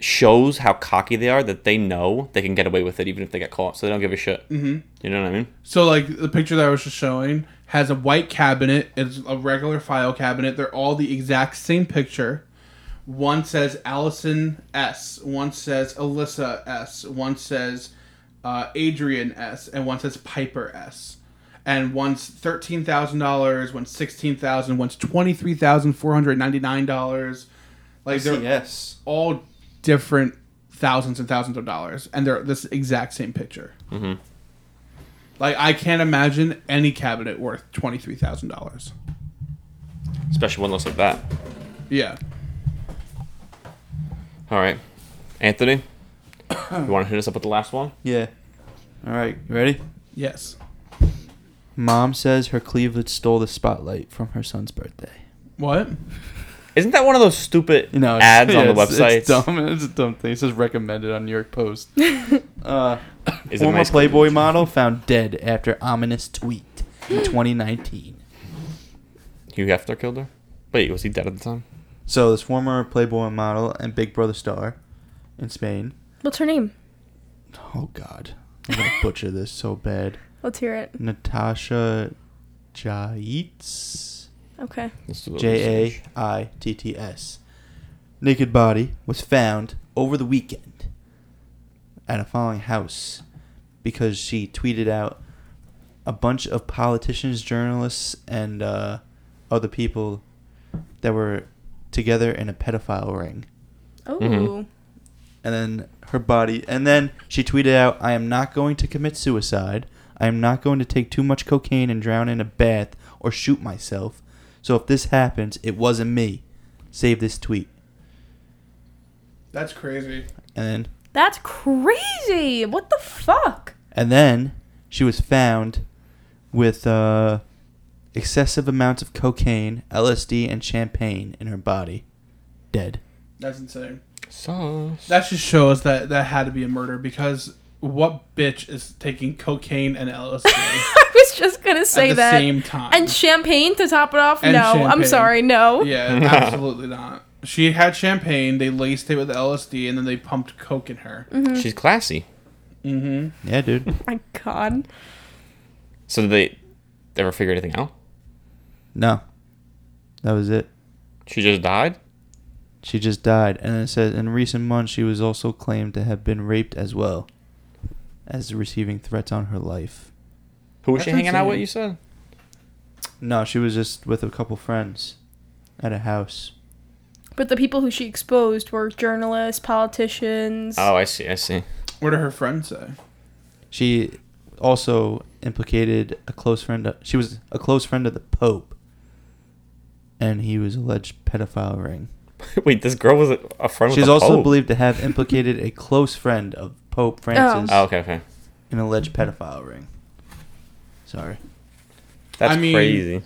S1: shows how cocky they are that they know they can get away with it even if they get caught, so they don't give a shit. Mm-hmm. You know what I mean?
S2: So like the picture that I was just showing has a white cabinet. It's a regular file cabinet. They're all the exact same picture. One says Allison S. One says Alyssa S. One says uh, Adrian S. And one says Piper S. And one's thirteen thousand dollars. One's sixteen thousand. One's twenty three thousand four hundred ninety nine dollars. Like they're
S4: Yes.
S2: all different thousands and thousands of dollars, and they're this exact same picture. Mm-hmm. Like I can't imagine any cabinet worth twenty three thousand dollars.
S1: Especially one looks like that.
S2: Yeah,
S1: All right. Anthony, you want to hit us up with the last one?
S4: Yeah. All right. You ready?
S2: yes.
S4: Mom says her cleavage stole the spotlight from her son's birthday.
S2: What?
S1: Isn't that one of those stupid
S4: No, it's-
S1: ads on
S4: [LAUGHS] yeah,
S1: the
S4: it's-
S1: website?
S4: It's dumb. It's a dumb thing. It says recommended on New York [LAUGHS] Post. uh,
S1: [COUGHS] Is it
S4: former
S1: nice
S4: Playboy model found dead after ominous tweet
S1: [GASPS]
S4: in 2019.
S1: Hugh Hefner killed her? Wait, was he dead at the time?
S4: So this former Playboy model and Big Brother star in Spain.
S3: [LAUGHS] What's her name?
S4: Oh God, I'm gonna [LAUGHS] butcher this so bad.
S3: Let's hear it.
S4: Natasha Jaitz.
S3: Okay.
S1: Let's do a little
S4: J
S1: research.
S4: A I T T S. Naked body was found over the weekend at a following house because she tweeted out a bunch of politicians, journalists, and uh, other people that were together in a pedophile ring.
S3: Oh.
S1: Mhm.
S4: And then her body, and then she tweeted out, I am not going to commit suicide. I am not going to take too much cocaine and drown in a bath or shoot myself. So if this happens, it wasn't me. Save this tweet.
S2: That's crazy.
S4: And then
S3: That's crazy. What the fuck? [LAUGHS]
S4: And then she was found with uh, excessive amounts of cocaine, LSD, and champagne in her body, dead.
S2: That's insane.
S1: Sus.
S2: That just shows that that had to be a murder because what bitch is taking cocaine and LSD at
S3: I was just gonna say
S2: the
S3: that.
S2: same time?
S3: And champagne to top it off?
S2: And
S3: no. I'm
S2: champagne.
S3: sorry, no.
S2: yeah, absolutely not. She had champagne. They laced it with LSD, and then they pumped coke in her.
S3: Mm.
S1: Hmm. She's classy.
S2: Mm-hmm.
S4: Yeah, dude.
S3: My god.
S1: So did they ever figure anything out?
S4: No, that was it.
S1: She just died?
S4: She just died. And then it says in recent months she was also claimed to have been raped as well as receiving threats on her life.
S1: Who was she
S2: That's
S1: hanging out with?
S2: insane.
S1: You said
S4: No, she was just with a couple friends at a house.
S3: But the people who she exposed were journalists, politicians.
S1: Oh, I see. I see. [LAUGHS]
S2: What did her friends say?
S4: She also implicated a close friend. Of, she was a close friend of the Pope, and he was alleged pedophile ring.
S1: Wait, this girl was a- a friend with
S4: She's
S1: the
S4: also
S1: Pope?
S4: believed to have implicated a close friend of Pope Francis
S1: Oh, okay, okay.
S4: in an alleged pedophile ring. Sorry.
S1: That's
S2: I mean- [LAUGHS]
S1: crazy.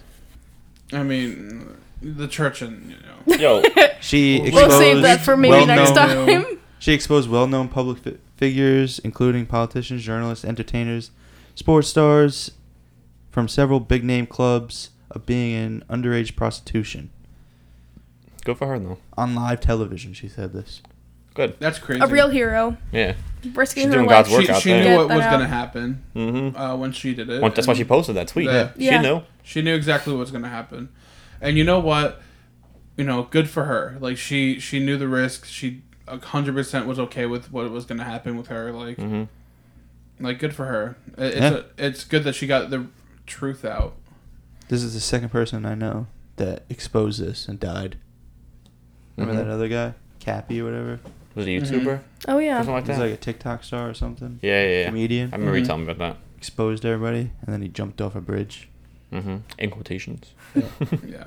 S2: I mean, the church and you know.
S1: Yo,
S4: She
S2: We'll
S4: exposed
S3: We'll save that for maybe next
S4: well-known-
S2: well-known-
S3: time.
S4: She exposed well-known public fi- figures, including politicians, journalists, entertainers, sports stars, from several big-name clubs of being in underage prostitution.
S1: good for her though.
S4: on live television she said this
S1: Good.
S2: That's crazy.
S3: A real hero.
S1: Yeah.
S3: Risking
S1: She's
S3: her
S1: doing
S3: life.
S1: God's
S2: she,
S1: work out
S2: she
S1: there.
S2: knew
S3: Get
S2: what
S3: that
S2: was
S3: out.
S2: going to happen
S1: Mm-hmm.
S2: uh, when she did it.
S1: that's why she
S2: and
S1: posted that tweet.
S2: Yeah.
S1: She
S3: Yeah.
S1: knew.
S2: She knew exactly what was going to happen, and you know what? You know, good for her. Like she, she knew the risk. She hundred percent was okay with what was going to happen with her. Like,
S1: Mm-hmm.
S2: like good for her. It- It's
S4: Yeah.
S2: a, it's good that she got the truth out.
S4: this is the second person i know that exposed this and died remember
S1: Mhm.
S4: that other guy cappy or whatever
S1: Was
S2: Mm-hmm.
S1: it a YouTuber?
S3: Oh yeah.
S1: Something like
S4: he's
S1: that.
S4: like a tiktok star or something
S1: yeah, yeah, yeah.
S4: comedian
S1: I remember you
S2: Mhm.
S1: telling me about
S4: exposed everybody and then he jumped off a bridge
S1: that. Mm-hmm. In quotations.
S2: yeah,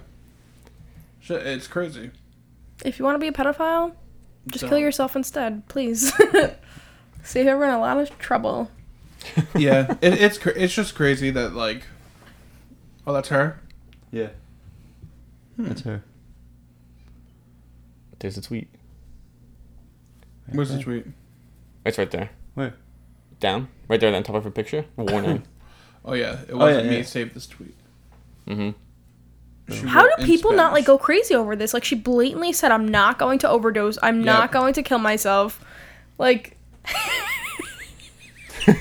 S2: Shit, it's crazy.
S3: If you want to be a pedophile, just kill
S2: Don't.
S3: yourself instead,
S2: [LAUGHS]
S3: please. [LAUGHS] Save everyone a lot of trouble.
S2: yeah, [LAUGHS] it, it's cra- it's just crazy that like, oh, that's her.
S4: Yeah. That's her.
S1: [LAUGHS] There's a tweet.
S2: Where's the tweet?
S1: It's right there.
S4: Where?
S1: Down. Right there on top of her picture. Warning.
S2: Oh yeah, it wasn't
S4: yeah,
S2: me.
S4: yeah.
S2: Save this tweet.
S1: mm-hmm.
S2: She
S3: How
S2: wrote
S3: do
S2: in
S3: people not like
S2: Spanish.
S3: go crazy over this? Like she blatantly said, "I'm not going to overdose. I'm not
S2: Yep.
S3: going to kill myself." Like, [LAUGHS]
S4: [LAUGHS] Sorry.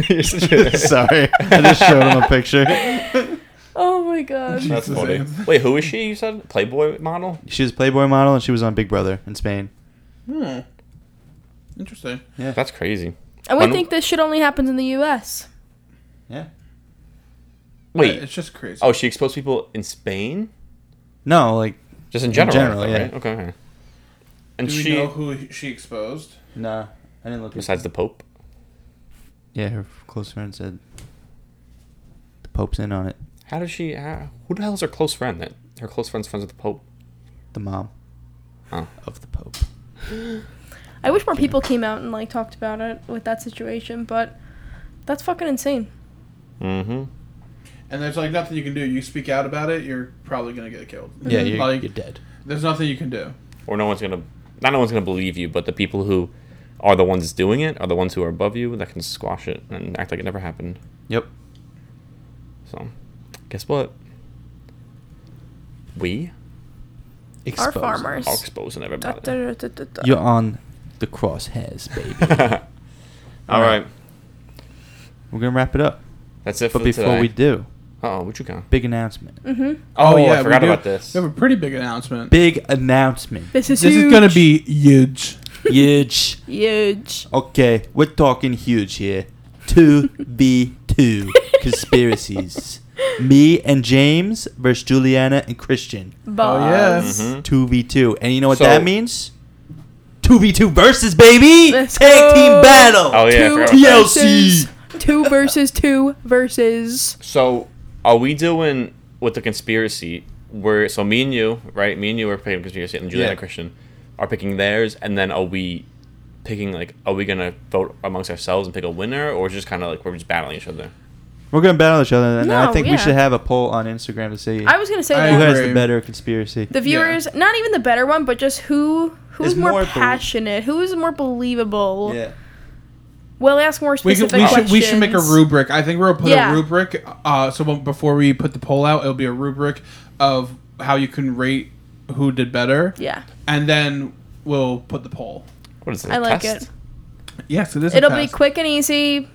S4: I just showed him a picture. [LAUGHS]
S3: oh my god.
S1: That's
S2: Jesus,
S1: funny.
S2: Abe.
S1: Wait, who is she? You said Playboy model.
S4: She was a Playboy model and she was on Big Brother in Spain.
S2: Hmm. Interesting.
S1: That's crazy.
S3: And we
S1: When-
S3: think this shit only happens in the U.S.
S4: Yeah.
S2: Yeah,
S1: Wait.
S2: it's just crazy.
S1: Oh, she exposed people in Spain.
S4: No, like
S1: Just in general.
S4: general,
S1: though,
S4: yeah.
S1: Right? Okay. okay. And
S2: do we
S1: she,
S2: know who he- she exposed?
S4: Nah. I didn't look
S1: besides the Pope,
S4: Yeah, her close friend said the Pope's in on it.
S1: how does she? How, who the hell is her close friend? That her close friend's friends with the Pope.
S4: The mom
S1: Oh.
S4: of the Pope.
S3: I wish more people came out and like talked about it with that situation, but that's fucking insane.
S1: Mm-hmm.
S2: And there's like nothing you can do. You speak out about it, you're probably gonna get killed.
S4: Yeah, you're,
S2: like
S4: you're dead.
S2: there's nothing you can do.
S1: Or no one's gonna. Not no one's gonna believe you, but the people who are the ones doing it are the ones who are above you that can squash it and act like it never happened.
S4: Yep.
S1: So, guess what? We
S3: Our
S4: Exposed.
S3: farmers.
S1: are exposing
S3: Da,
S1: everybody.
S3: da, da, da, da.
S4: You're on the crosshairs,
S1: [LAUGHS]
S4: baby.
S1: All right.
S4: We're gonna wrap it up.
S1: That's it for
S4: But before
S1: today.
S4: we do,
S1: oh, what you got?
S4: big announcement.
S3: Mm-hmm.
S1: Oh,
S2: yeah,
S1: I
S2: we
S1: forgot
S2: do-
S1: about this.
S2: We have a pretty big announcement.
S4: Big [LAUGHS] announcement.
S3: This is
S2: this
S3: huge.
S2: is gonna be huge.
S4: Huge.
S3: huge.
S2: Oh,
S4: Okay, we're talking huge here. Two v
S3: [LAUGHS]
S4: two conspiracies. Me and James versus Juliana and Christian.
S3: Boss.
S2: oh, yes.
S3: Mm-hmm.
S1: Mhm.
S4: Two v two, and you know what
S1: So-
S4: that means? Two v two versus baby
S3: Let's
S4: tag team
S3: go.
S4: battle.
S1: Oh yeah. I
S3: Two
S1: forgot.
S4: T- TLC.
S3: versus- Two versus two versus.
S1: So, are we doing with the conspiracy? We're so me and you, right? Me and you are picking conspiracy, and Juliana
S4: Yeah.
S1: and Christian are picking theirs, and then are we picking like are we gonna vote amongst ourselves and pick a winner, or just kind of like we're just battling each other?
S4: We're gonna battle each other, and I
S3: No,
S4: think
S3: yeah.
S4: we should have a poll on Instagram to see
S3: I was gonna say
S2: I
S3: that.
S4: who has
S2: agree.
S4: the better conspiracy.
S3: the viewers not even the better one but just who who's
S4: Is
S3: more,
S4: more bel-
S3: passionate who is more believable
S4: yeah,
S3: we'll ask more
S2: We,
S3: specific
S2: could, we should
S3: questions
S2: we should make a rubric. I think we're gonna put
S3: Yeah.
S2: a rubric. Uh, so when- before we put the poll out, it'll be a rubric of how you can rate who did better,
S3: yeah
S2: and then we'll put the poll.
S1: What is it?
S3: i like
S1: test?
S3: it
S2: Yes, it is. a
S3: it'll be
S2: test.
S3: quick and easy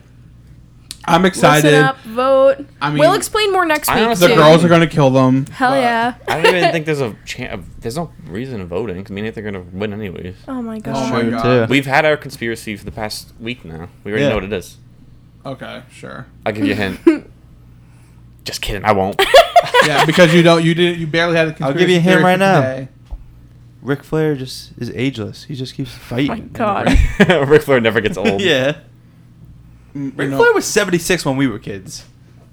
S2: I'm excited.
S3: listen up vote
S2: I mean-
S3: we'll explain more next
S1: I
S3: week
S1: honestly-
S2: The
S3: too.
S1: Yeah.
S2: girls are gonna kill them.
S3: hell
S2: but-
S3: yeah
S1: I don't even
S3: [LAUGHS]
S1: think there's a chance. There's no reason in voting because me and Nathan are gonna win anyways.
S3: oh my
S2: Oh
S3: gosh
S2: my
S4: Sure,
S2: god.
S4: too.
S1: We've had our conspiracy for the past week now. We already
S4: Yeah.
S1: know what it is.
S2: Okay, sure.
S1: I'll give you a hint. just kidding. I won't. [LAUGHS]
S2: Yeah, because you don't. You did. You barely had. A
S4: I'll give you a hint
S2: conspiracy
S4: right now.
S2: theory
S4: Ric Flair just is ageless. He just keeps fighting.
S3: Oh my
S4: [LAUGHS]
S3: God.
S1: Ric Flair never gets old.
S4: yeah.
S2: for today.
S4: Ric
S2: Mm, You know- [LAUGHS]
S4: Flair was 76 when we were kids,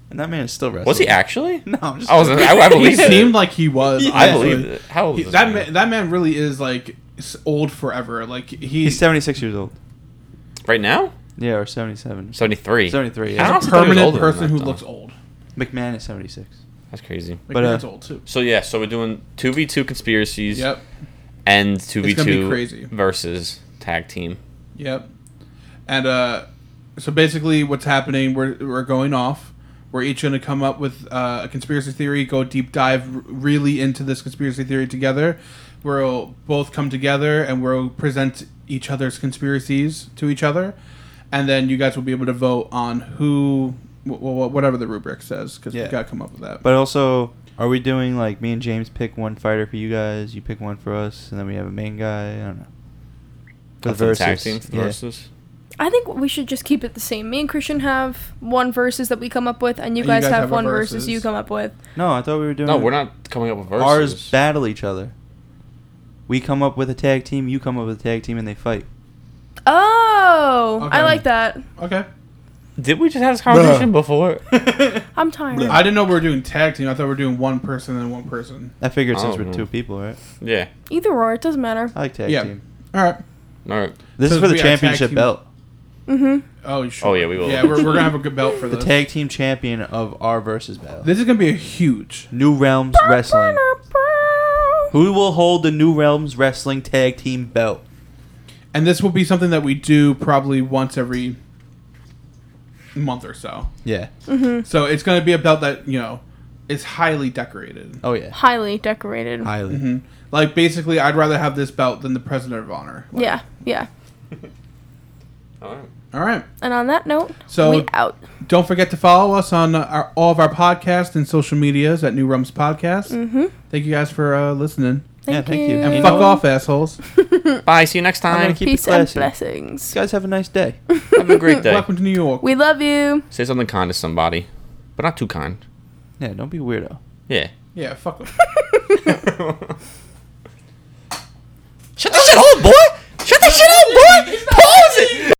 S4: and that man is still wrestling.
S1: Was he actually?
S4: [LAUGHS] No, I'm just
S1: I was. I, I
S2: He
S1: believe it.
S2: seemed like he was.
S1: I
S2: honestly.
S1: believe it. How old
S2: He-
S1: is this
S2: that
S1: man?
S2: man, that man really is like s- old forever. Like he,
S4: He's 76 years old.
S1: Right now?
S4: Yeah, or 77.
S1: 73.
S4: 73.
S1: I
S4: Yeah.
S1: don't-
S2: a
S1: honestly thought he was
S2: permanent
S1: older than
S2: person
S1: that,
S2: who
S1: though.
S2: looks old.
S4: McMahon is 76.
S1: That's crazy.
S2: Like,
S4: But, uh,
S2: that's old too.
S1: So, yeah, so we're doing 2v2 conspiracies
S2: Yep,
S1: and 2v2
S2: It's gonna be crazy.
S1: versus tag team.
S2: yep. And uh, so basically, what's happening? We're we're going off. We're each going to come up with uh, a conspiracy theory. Go deep dive r- really into this conspiracy theory together. We'll both come together and we'll present each other's conspiracies to each other, and then you guys will be able to vote on who, wh- wh- whatever the rubric says, because
S4: Yeah.
S2: we've got to come up with that.
S4: But also, are we doing like me and James pick one fighter for you guys, you pick one for us, and then we have a main guy? I don't know. For
S1: For the tag team, for the
S4: yeah.
S1: versus.
S3: i think we should just keep it the same me and christian have one versus that we come up with and you
S2: And you
S3: guys,
S2: guys
S3: have,
S2: have a
S3: one versus
S2: versus.
S3: you come up with
S4: No, I thought we were doing.
S1: No, we're not coming up with versus.
S4: Ours battle each other. We come up with a tag team, you come up with a tag team, and they fight.
S3: oh i
S2: Okay.
S4: [LAUGHS]
S3: like that
S2: Okay.
S1: Did we just have this conversation before?
S3: I'm tired.
S2: I didn't know we were doing tag team. I thought we were doing one person and one person.
S4: I figured since
S1: Oh,
S4: we're
S1: no.
S4: two people, right?
S1: yeah.
S3: Either or, it doesn't matter.
S4: I like tag
S2: Yeah.
S4: team.
S2: All right.
S1: All right.
S4: This
S2: So
S4: is for the
S2: we are tag
S4: championship
S2: team-
S4: belt.
S2: Oh, you sure.
S1: Oh, yeah, we will.
S2: Yeah, we're, we're gonna have a good belt for
S4: The
S2: this.
S4: tag team champion of our versus battle.
S2: this is gonna be a huge.
S4: New Realms Wrestling. Who will hold the New Realms Wrestling tag team belt?
S2: And this will be something that we do probably once every month or so.
S4: Yeah.
S2: So it's going to be a belt that, you know, is highly decorated.
S4: Oh yeah.
S3: Highly decorated.
S4: [SIGHS] Highly.
S2: Like, basically, I'd rather have this belt than the President of Honor. Like,
S3: Yeah, yeah.
S1: All right.
S2: All right.
S3: And on that note,
S2: So-
S3: we out.
S2: Don't forget to follow us on uh, our, all of our podcasts and social medias at New Rums Podcast. Mm-hmm. Thank you guys for uh, listening.
S4: Yeah,
S3: Thank
S4: thank you.
S3: you.
S2: And
S4: You
S2: fuck
S4: know-
S2: off, assholes.
S1: Bye. See you next
S4: I'm gonna
S1: time.
S4: keep
S3: Peace
S4: it
S3: and
S4: classy.
S3: blessings.
S4: You guys have a nice day.
S1: Have a great day.
S2: [LAUGHS] Welcome to New York.
S3: We love you.
S1: Say something kind to somebody, but not too kind.
S4: yeah, don't be a weirdo.
S1: Yeah.
S2: yeah, fuck them.
S1: Shut that shit up, boy. Shut that shit up, boy. Pause it.